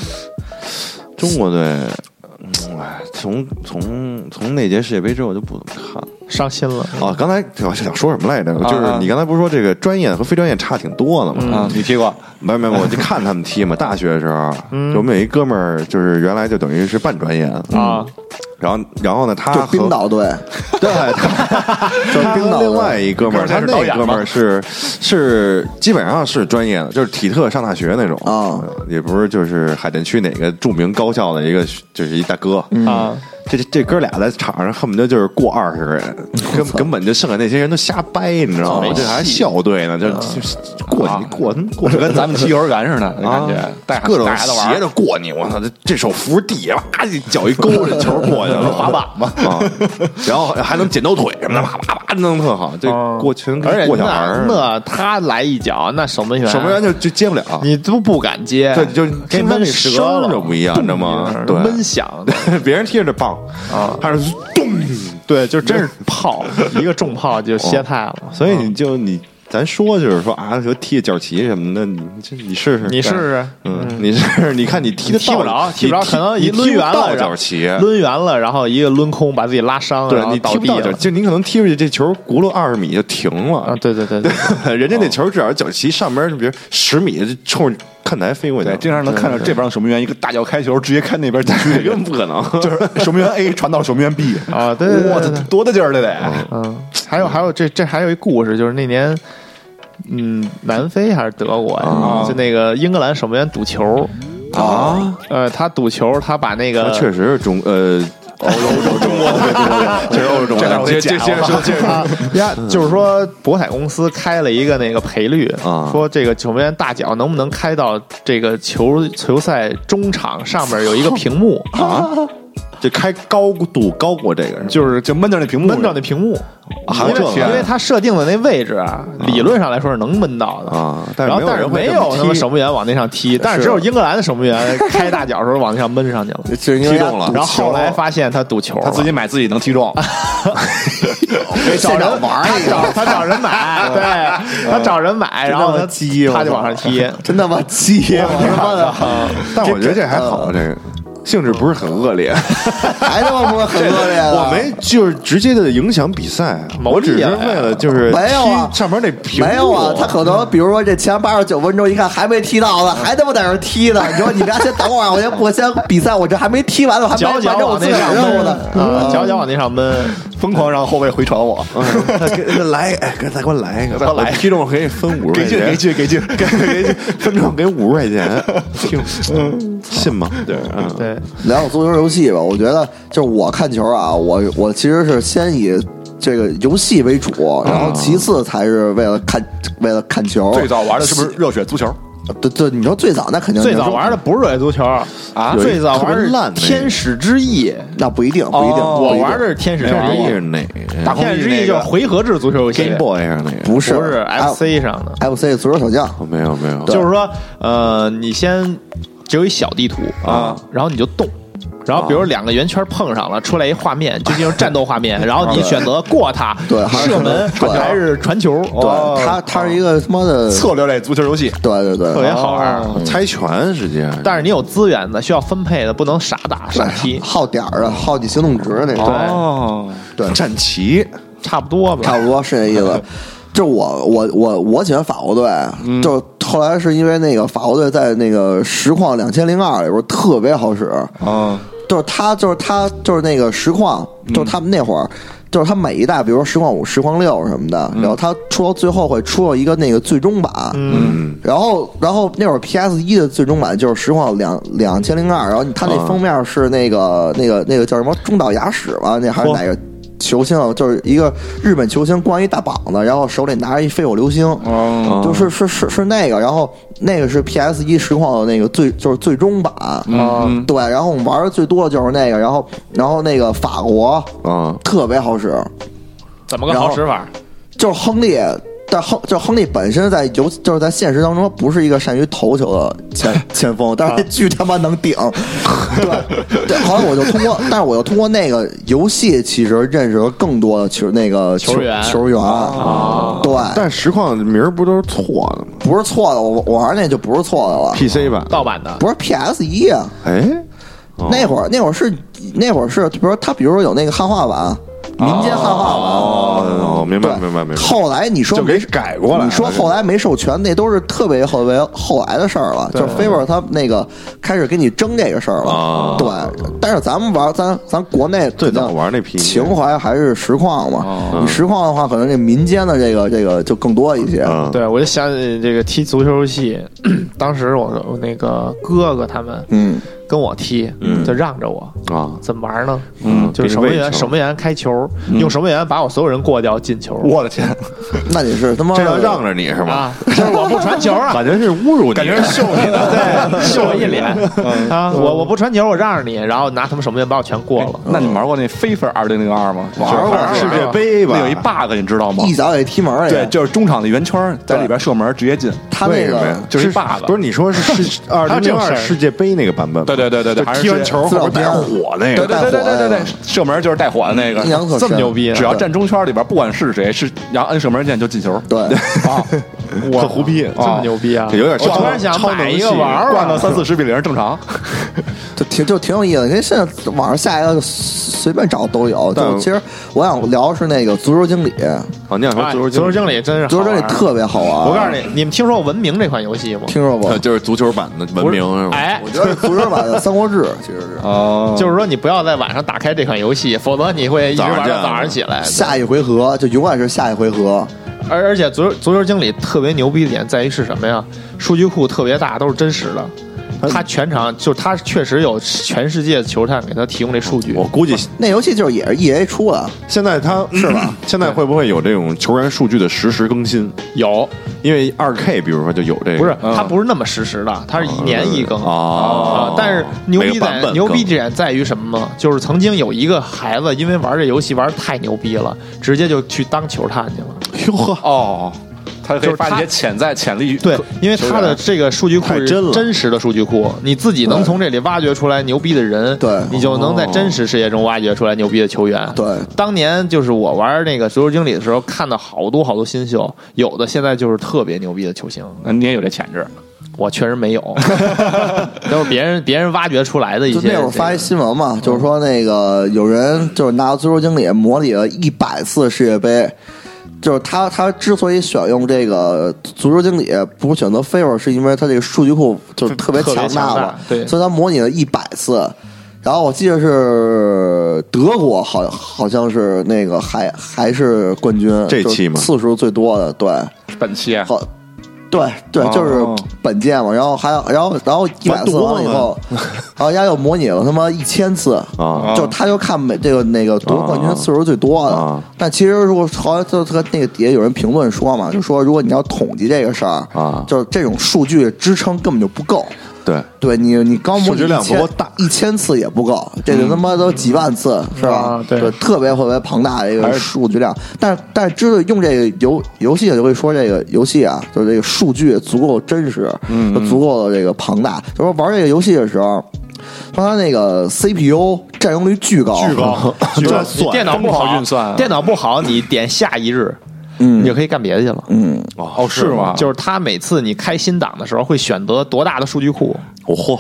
中国队，嗯哎，从从从那届世界杯之后我就不怎么看了。伤心了，啊，刚才我想说什么来着？就是啊你刚才不是说这个专业和非专业差挺多的吗？啊，你踢过？没没，我就看他们踢嘛。大学的时候，就我们有一哥们儿，就是原来就等于是半专业的嗯啊，然后然后呢，他 (laughs) 就和冰岛队， (laughs) 对，他他冰岛和的另外一哥们儿，哥他们儿他是导那演哥们儿是是基本上是专业的，就是体特上大学那种呃啊，也不是就是海淀区哪个著名高校的一个，就是一大哥。啊，这这哥俩在场上恨不得就是过二十个人，根根本就剩下那些人都瞎掰，你知道吗没？戏这还校队呢，就就是过你过过就跟咱们踢幼儿园似的，那感觉带啊各种带孩子玩斜着过你，我操！这这手扶地，啪，这脚 (laughs) 一勾，这球过去了，滑板嘛 (laughs) 啊！然后还能剪刀腿什么的，啪啪啪弄得特好，这过全跟而且过小孩那儿似的，那他来一脚，那守门员守门员就就接不了，你都不敢接，对，就给听他闷那折声儿了就，不一样，知道吗？对，闷响， (laughs) 别人踢着这棒啊，他是咚， (laughs) 哦对，就真是炮，一个重炮就歇菜了。啊所以你就你咱说就是说啊，说踢脚旗什么的，你这你试试，你试试嗯，你试试，你看你踢的踢不着，踢不着，可能你一抡踢圆不了到然后脚旗，抡圆了，然后一个抡空把自己拉伤，对然后你倒踢不地到了脚，就你可能踢出去，这球轱辘二十米就停了啊，对对对对， (laughs) 人家那球至少脚旗上边，比如十米就冲着看台飞过去对，了，经常能看到这边的守门员一个大脚开球，直接开那边禁 (laughs) 区这里，更不可能。就是守门员 A 传到守门员 (laughs) B 啊对对对对我操，多大劲儿这得！嗯，还有还有这这还有一故事，就是那年，嗯，南非还是德国呀、就那个英格兰守门员赌球啊，呃，他赌球，他把那个那 (laughs) 确实是中呃欧洲中国对对对，确实欧洲中这点我国。得接剪接接着了说， (laughs) 接着说。嗯啊呀，就是说博彩公司开了一个那个赔率，啊说这个球员大脚能不能开到这个球球赛中场上面有一个屏幕，这开高度高过这个是吧就是就闷着那屏幕，闷到那屏幕，还因有这为个因为他设定的那位置啊，理论上来说是能闷到的啊但是然没有后但是人会没这么有踢什么守门员往那上踢，但是只有英格兰的守门员开大脚的时候往那上闷上去了。就是因踢为中了赌球然后后来发现他赌球了，他自己买自己能踢中，找人玩他找他找人买， (laughs) 对他找人买，然后他鸡我他就操往上 (laughs) 踢。真他妈气，我他妈的，但我觉得这还好，这个呃性质不是很恶 (laughs) 劣。还他妈不是很恶劣啊我没就是直接的影响比赛，毛我只利是啊为了就是没有啊踢上面那屏幕没有啊，他可能比如说这前八十九分钟一看还没踢到呢，还他妈在那儿踢呢。你说你们俩先等会儿，啊我先我先比赛，我这还没踢完呢，我还脚没脚完成我往自那己的上任务闷呢。嗯啊，脚脚往那上闷，疯狂让后卫回传我，他给 (laughs) 他来，哎，给他给我来一个，我踢中了可以分五十给块劲钱，给劲哎 (laughs) 给劲，给给给分中给五十块钱，听 (laughs) 信吗？对，嗯对，聊聊足球游戏吧，我觉得就是我看球啊，我我其实是先以这个游戏为主，然啊后其次才是为了看为了看球。 (laughs) 最早玩的是嗯不是热血足球？对对，你说最早那肯定最早玩的不是热血足球啊最早有玩一特别的烂是的天使之翼，那不一定不一定，哦不一我定玩的是天使之天使之翼翼是，哪个？大空天使翼之那翼就是个回合制足球游戏 Game Boy 啊上那个？不是啊不是 FC 上的， F C 足球小将，哦，没有没有，就是说，呃，你先只有一小地图啊，然后你就动。然后，比啊如两个圆圈碰上了，出来一画面，就进入战斗画面。然后你选择过它， (laughs) 对还是射门对还是传球，哦对，他他是一个他妈的，策略类足球游戏，对对对，特别好玩。哦猜拳，实际上但是你有资源的，需要分配的，不能傻打傻踢，耗点儿啊，耗你行动值的那种。哦，战旗差不多吧差。不多是这意思。就是我我我我喜欢法国队，就是后来是因为那个法国队在那个实况两千零二里边特别好使，嗯，就是他就是他就是那个实况，就是他们那会儿。就是他每一代，比如说实况五、实况六什么的，然后他出到最后会出到一个那个最终版，嗯，然后然后那会儿 PS 一的最终版就是实况两两千零二，然后他那封面是那个、那个那个叫什么中岛雅史吧，那还是哪个球星啊？就是一个日本球星，光一大膀子，然后手里拿着一飞火流星，哦就是是是是那个，然后那个是 PS 一实况的那个最就是最终版，嗯，对，然后我们玩的最多的就是那个，然后然后那个法国啊，特别好使，怎么个然后好使法？就是亨利。但亨就亨利本身在游就是在现实当中不是一个善于投球的前前锋，但是他巨他妈能顶，对对。后来我就通过，但是我又通过那个游戏，其实认识了更多的球那个球球员啊球员，对，但实况名儿不都是错的吗不是错的，我我玩那就不是错的了， ？PC 版盗版的不是 PS 一啊，哎，那会儿那会儿是那会儿是，比如说他比如说有那个汉化版，民间汉化版。哦，哦明白对，明白明白。后来你说就给没改过来了你说后来没授权，那都是特别后来后来的事儿了。就是 Favor 他那个开始给你争这个事儿啊了。对，但是咱们玩咱咱国内最早玩那批哦嗯情怀还是实况嘛。你实况的话，可能这民间的这个这个就更多一些。嗯，对，我就想起这个踢足球游戏， (clears throat) 当时我我那个哥哥他们嗯，跟我踢，就让着我，啊，怎么玩呢？嗯，就是守门给你喂员球守门员开球，用守门员把我所有人过掉进球。我的天，那你是他 (laughs) 妈这要让着你是吗？啊，就是我不传球啊，感觉是侮辱你，感觉是秀你的，对，秀我一脸啊！我我不传球，我让着你，然后拿他们守门员把我全过了。 (laughs) 那你玩过那 FIFA 二零零二吗？玩啊过玩过世界杯吧？那有一 bug 你知道吗一？脚给踢门儿去对，就是中场的圆圈，在里边射门直接进。他为那什么个呀？就是一 bug 不是你说是世二 (laughs) 还有零这零种事二儿世界杯那个版本吗？对对对对对对，还是踢完球自后导边带火那对个，对对对对对对，射门就是带火的那个，阴阳所这么射牛逼啊，对只要站中圈里边，不管是谁，是然后摁射门键就进球。对，啊，特胡逼，这么牛逼啊！这有点我突然想超能买一系个玩儿啊灌到玩。三四十比零正常。就挺就挺有意思的。因为现在网上下一个随便找都有。但就其实我想聊的是那个足球经理，哦，你想说哎足足球球经经理真是足球经理好玩儿啊特别好玩。我告诉，你，你们听说过《文明》这款游戏吗？听说过理，？呃就是足球版的文明是吧？哎我，觉得足球版的《三国志》其 (laughs) 实是哦就是说你不要在晚上打开这款游戏，否则你会一直玩早上到见早上起来。下一回合，就永远是下一回合。而而且足足球经理特别牛逼的点在于是什么呀？数据库特别大，都是真实的。他全场就是他确实有全世界球探给他提供这数据我。估计那游戏就是也是 EA 出的，现在他是吧？现在会不会有这种球员数据的实时更新？有因为二 K 比如说就有这个，不是他不是那么实时的，他是一年一更哦啊但是牛逼每个版本更点牛逼点在于什么呢？就是曾经有一个孩子因为玩这游戏玩得太牛逼了，直接就去当球探去了。哟呵，哦，他可就以是发他一些潜在潜力。对，因为球他员的这个数据库太是真了真实的数据库，你自己能从这里挖掘出来牛逼的人，对你就能在真实世界中挖掘出来牛逼的球员。对当年就是我玩那个足球经理的时候，看到好多好多新秀，有的现在就是特别牛逼的球星，那你也有这潜质。我确实没有， (laughs) 都是别人别人挖掘出来的一就些。那会儿发一新闻嘛，就是说那个有人就是拿足球经理模拟了一百次世界杯，就是他他之所以选用这个足球经理，不是选择菲尔，是因为他这个数据库就是特别特别强强大嘛，对所以他模拟了一百次。然后我记得是德国好，好像是那个还还是冠军，这期就吗是次数最多的，对，本期啊好，对对，就是哦本届嘛。然后还有，然后然后一百次完了 (laughs) 以后，然后人家又模拟了他妈一千次啊就他就看每这个那个夺冠军次数最多的。啊但其实如果好像就他那个底下有人评论说嘛，就说如果你要统计这个事儿啊就是这种数据支撑根本就不够。对，对你，你刚模数据拟量一千不够大嗯一千次也不够，这得他妈都几万次、是吧啊？对特别特别庞大的一个数据量。但是但是，知道用这个游游戏，就会说这个游戏啊，就是这个数据足够真实，嗯足够的这个庞大。就说玩这个游戏的时候，说它那个 CPU 占用率巨高，巨高，巨高，你电脑不真不好好运算啊电脑不好，你点下一日，你就可以干别的去了。嗯，哦是吗就是他每次你开新档的时候会选择多大的数据库，我嚯，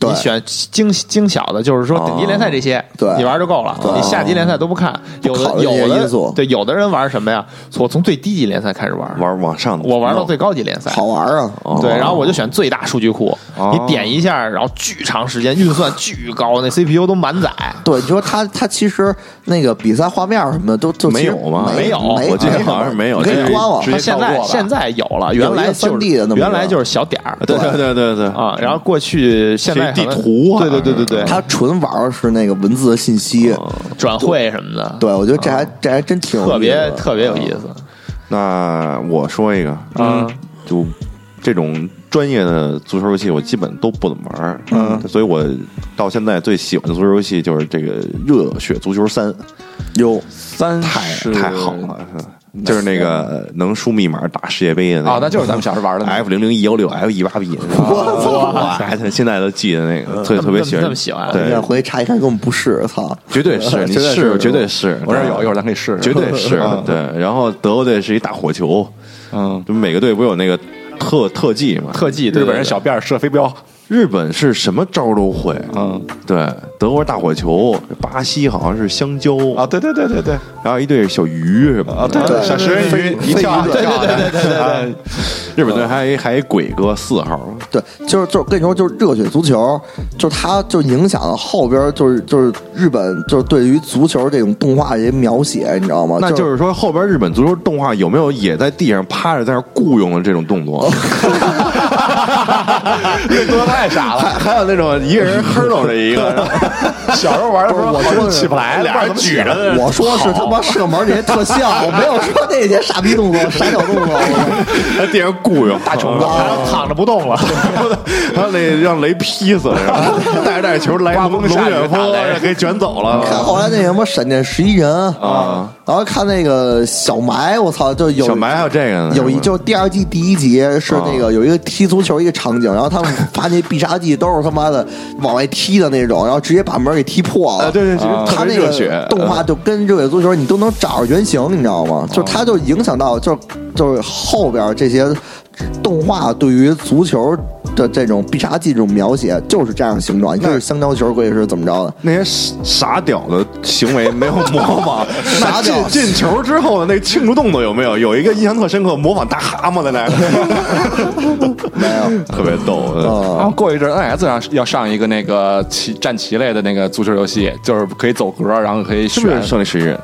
对哦你选精精小的，就是说顶级联赛这些，对你玩就够了。你下级联赛都不看，有考的虑这些有因素的对，有的人玩什么呀？我从最低级联赛开始玩，玩往上的，啊我玩到最高级联赛。好玩啊，哦对，然后我就选最大数据库，哦你点一下，然后巨长时间运算巨高，那 CPU 都满载。对，你说他他其实那个比赛画面什么的都都其没实有吗？没有，我记得好像是没有，你可以这个关了直。接它现跳在过吧现在有了，原有一来个就 3D 的是那么一个原来就是小点儿，对对对对对，啊，然后过去现在其实可地能图啊对对对对对，他纯玩的是那个文字的信息，嗯哦转会什么的，对我觉得这还这还真挺有特意思的别特别有意思。那我说一个，嗯，就这种专业的足球游戏，我基本都不怎么玩儿，嗯，所以我到现在最喜欢的足球游戏就是这个《热血足球三》，哟，三太十太好了，是就是那个能输密码打世界杯的啊，个那就是咱们小时候玩的那个 F 零零一幺六 F 一八 B，我操！现在都记得那个，特别特别喜欢，这么喜欢你对想，回去查一查，根本不是，操！绝对是，你是绝对是，我这儿有，一会儿咱可以试试。绝对是对。然后德国队是一大火球，嗯，就每个队不是有那个特特技嘛？特技，对日本人小辫儿射飞镖，日本是什么招儿都会，嗯对，德国是大火球，巴西好像是香蕉啊，，对对对对对然后一队是小鱼是吧？啊，对对，小食人鱼一跳，啊对对对对对哎日本队还有一还有一鬼哥四号，对，就是就是跟你说，就是热血足球，就是它就影响了后边就是就是日本就是对于足球这种动画的一些描写，你知道吗？那就是说后边日本足球动画有没有也在地上趴着在那儿雇佣了这种动作？对，多太傻了。还有那种一个人哼弄着一个，小时候玩的时候，我说起不来，俩人举着的我说是他妈射门这些特效，我没有说那些傻逼动作、傻屌 (laughs) 动作。在地上雇佣大虫子，呃躺着不动 (laughs) 了， (laughs) 还有那让雷劈死了，带着带着球来龙刮风下雨卷打风雷给卷走了看后来那什么闪电十一人啊，啊！然后看那个小埋，我操，就有小埋还有这个呢，有一就是第二季第一集是那哦个有一个踢足球一个场景，然后他们发那必杀技都是他妈的往外踢的那种，然后直接把门给踢破了。啊，对对，啊特他别那热血嗯哦个，动画就跟热血足球，你都能找着原型，你知道吗？就它就影响到，就就是后边这些动画对于足球的这种必杀技这种描写，就是这样的形状，你就是香蕉球，或者是怎么着的。那些傻傻屌的行为没有模 (laughs) 仿，傻那进屌进球之后的那庆祝动作有没有？有一个印象特深刻，模仿大蛤蟆的那个， (laughs) 没 (laughs) 有哦特别逗。嗯然后过一阵，NS 上要上一个那个棋战棋类的那个足球游戏，就是可以走格，然后可以是选不是胜利十一人？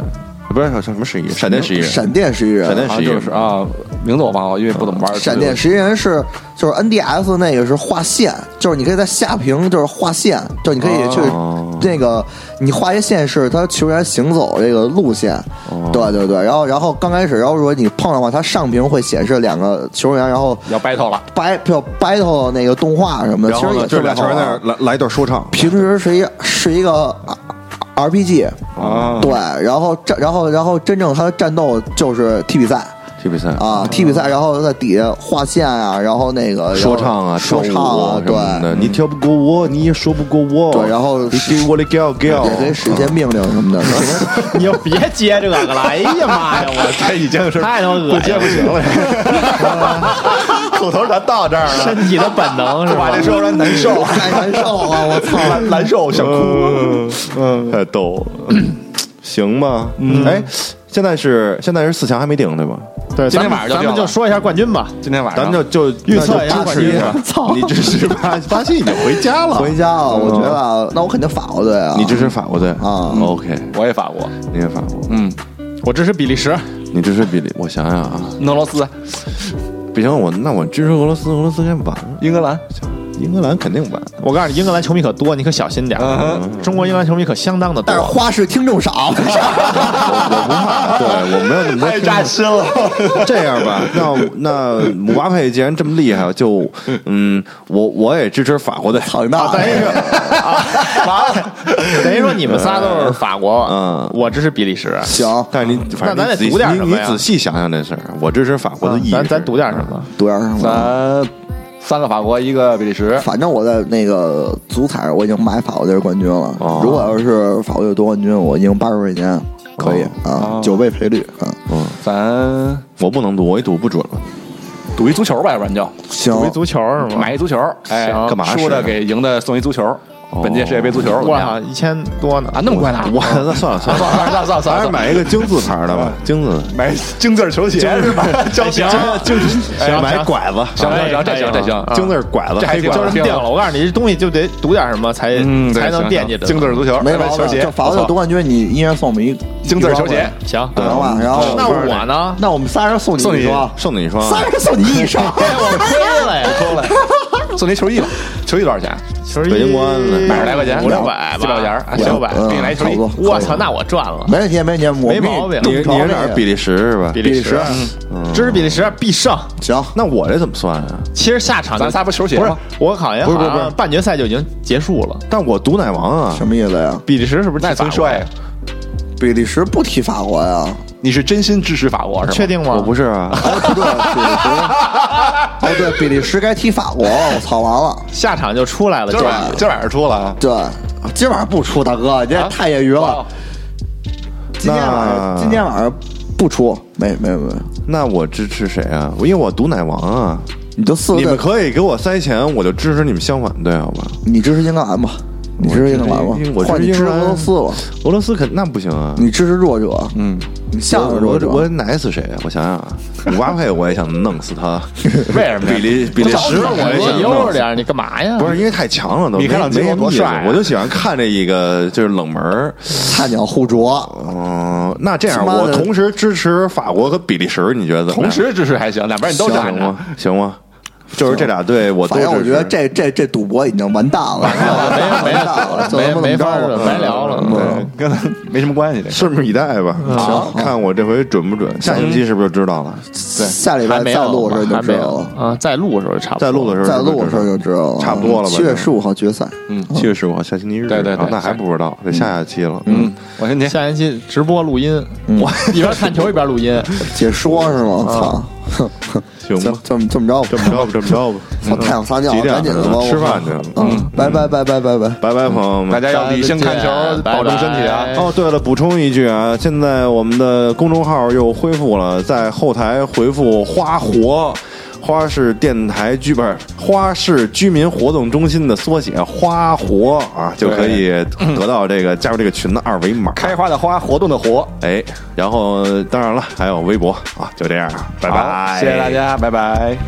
不是叫什么十一人？闪电十一人？闪电十一人，闪电好像就是啊，名字我忘了，因为不怎么嗯玩。闪电十一人是就是 NDS 那个是画线，就是你可以在下屏就是画线，就是你可以去哦那个、你画一线是他球员行走这个路线，哦对对对。然后然后刚开始，然后如果你碰的话，它上屏会显示两个球员，然后要 battle 了，掰就 battle 那个动画什么的，然其后实也呢，哦就特是别俩球好在那玩儿。来来一段说唱平时是一是一个 R P G，啊，对，然后战然后然后真正它的战斗就是踢比赛。踢比赛啊，踢比赛，然后在底下画线啊，然后那个说唱啊，说唱啊，跳舞什对么的，你跳不过我，你也说不过我。对然后你给我的 giao 也可以 giao，使一些命令什么的。 (laughs) (laughs) 你就别接这个了，哎呀妈呀， (laughs) 我这已经是太他妈恶心了，行了，口头禅到这儿了， (laughs) 身体的本 (laughs) 能是吧？这说出来难受，啊太难受了，我操！难受，想哭，嗯，太呃逗了，行吧？哎，现在是现在是四强还没定对吧？对，今咱天晚们上就咱们掉就了说一下冠军吧。今天晚上咱就就预测那就一下支持一下冠军操，你支持巴巴西已经回家了，回家啊，我觉得啊那我肯定法国队啊，你支持法国队啊？OK，我也法国，你也法国，嗯，我支持比利时，你支持比利？我想想啊，俄罗斯、不行，我那我支持俄罗斯，俄罗斯该完了，英格兰，英格兰肯定完。我告诉你，英格兰球迷可多，你可小心点嗯儿。中国英格兰球迷可相当的但是多。花式听众少， (laughs) 我不怕，对我没有那么多。太扎心了。这样吧，那那姆巴佩既然这么厉害，就嗯，我我也支持法国队。操你妈！ (laughs) 完了，等于说你们仨都是法国，嗯我支持比利时。 (laughs) 行，但是你反正那咱得你仔细读点你什么呀啊你仔细想想这事儿，啊我支持法国的意义是。咱咱读点什么？读点什啊么？咱三个法国，一个比利时，反正我在那个足彩我已经买法国队冠军了哦。如果要是法国队夺冠军，我赢八十块钱，可以啊，九倍赔率啊。咱我不能读，我一读不准了。赌一足球吧，要不然就行，读一足球是吗？买一足球，哎，行干嘛输是啊哦的给赢的送一足球，本届世界杯足球怎么我样？操，一千多呢啊，！那么快呢？哦我 (laughs) 那算了算了， (laughs) 算了算了算了算还了是买一个金字牌的吧，金字的。买精字球鞋是吧？ (laughs) (laughs) (laughs) 行行金字哎行买行拐子，行哎行，这行哎这行啊，金字拐子，这还黑挺拐就子是定了，我告诉你，这东西就得读点什么才嗯，对才能行惦行记着。精字足球，没买毛球病。鞋就，法国队夺不错冠军，你一人送我们一精字球鞋，行，行吧，然后那我呢？那我们仨人送你送你一双，送你一双啊仨人送你一双，我亏了呀！够了，送你球衣吧，球衣多少钱？球衣北京国安的百十来块钱，五六百吧，几百块钱啊，五六百。行给你来一球差不多衣。我操，那我赚了， (laughs) 没问题，没问题，我没们毛病你也你懂潮是哪那儿个比利时是吧？比利时，嗯支持比利时必胜。行，那我这怎么算啊？其实下场就咱仨不是球鞋不是吗？我好像不是不是好像半决赛就已经结束了。但我毒奶王啊，什么意思呀？比利时是不是那踢法真国帅呀！比利时不踢法国呀？你是真心支持法国是吗？确定吗？我不是啊， (laughs) 哎，不对，比利时，哦对，比利时该踢法国，我操，完了，下场就出来了，今就儿晚上今儿晚上出了啊！对，今晚上不出，大哥，你这太业余了啊，今天晚上那今天晚上不出，没没没，那我支持谁啊？我因为我毒奶王啊。你就四个你们队，可以给我塞钱，我就支持你们相反队，好吧？你支持英格兰吧？你支持英格兰吧我支持英？我换你支支持持俄罗斯吧？俄罗斯肯那不行啊！你支持弱者，嗯，你向着我弱我者，我奶死谁啊？我想想啊，姆巴佩我也想弄死 (laughs) 他，为什么比呀？利比利时我也想你悠弄死。着点儿，你干嘛呀？不是因为太强了都，米开朗基罗没没什么多意思帅啊我就喜欢看这一个就是冷门儿菜鸟互啄。嗯，那这样他妈我的同时支持法国和比利时，你觉得怎么样同时支持还行，两边你都行站着。吗？行吗？就是这俩队我都反正我支觉得持这这这赌博已经完蛋了，没有完蛋了，嗯就没他妈没怎么法着了，吧白聊了。对跟他 (laughs) 没什么关系。这个拭目以待吧，行，看我这回准不准，下星期是不是就知道了？下礼还拜没再有录的时吧，候你就还知没道有了，啊，在录的时候差不在多。录的时候再是不是录的时候知道就知道了，差不多了吧七月十五号决赛，嗯，七月十五号下星期日，对对对啊那还不知道，得下下期了，嗯，我先你下星期直播录音，我 (laughs) 一边看球一边录音。解说是嗯吗？操，行这吧，这么这么着这吧，么着吧，这么着吧，嗯操太阳撒尿几了，点赶紧的吧，了？我吃饭去了，嗯，拜拜拜拜拜拜。拜拜，朋友们，大家要理性看球，拜拜保重身体啊！哦，对了，补充一句啊，现在我们的公众号又恢复了，在后台回复“花活”。花市电台居不是花市居民活动中心的缩写“花活”啊，就可以得到这个加入这个群的二维码。开花的花，活动的活。哎，然后当然了，还有微博啊，就这样，拜拜好，谢谢大。家，拜拜。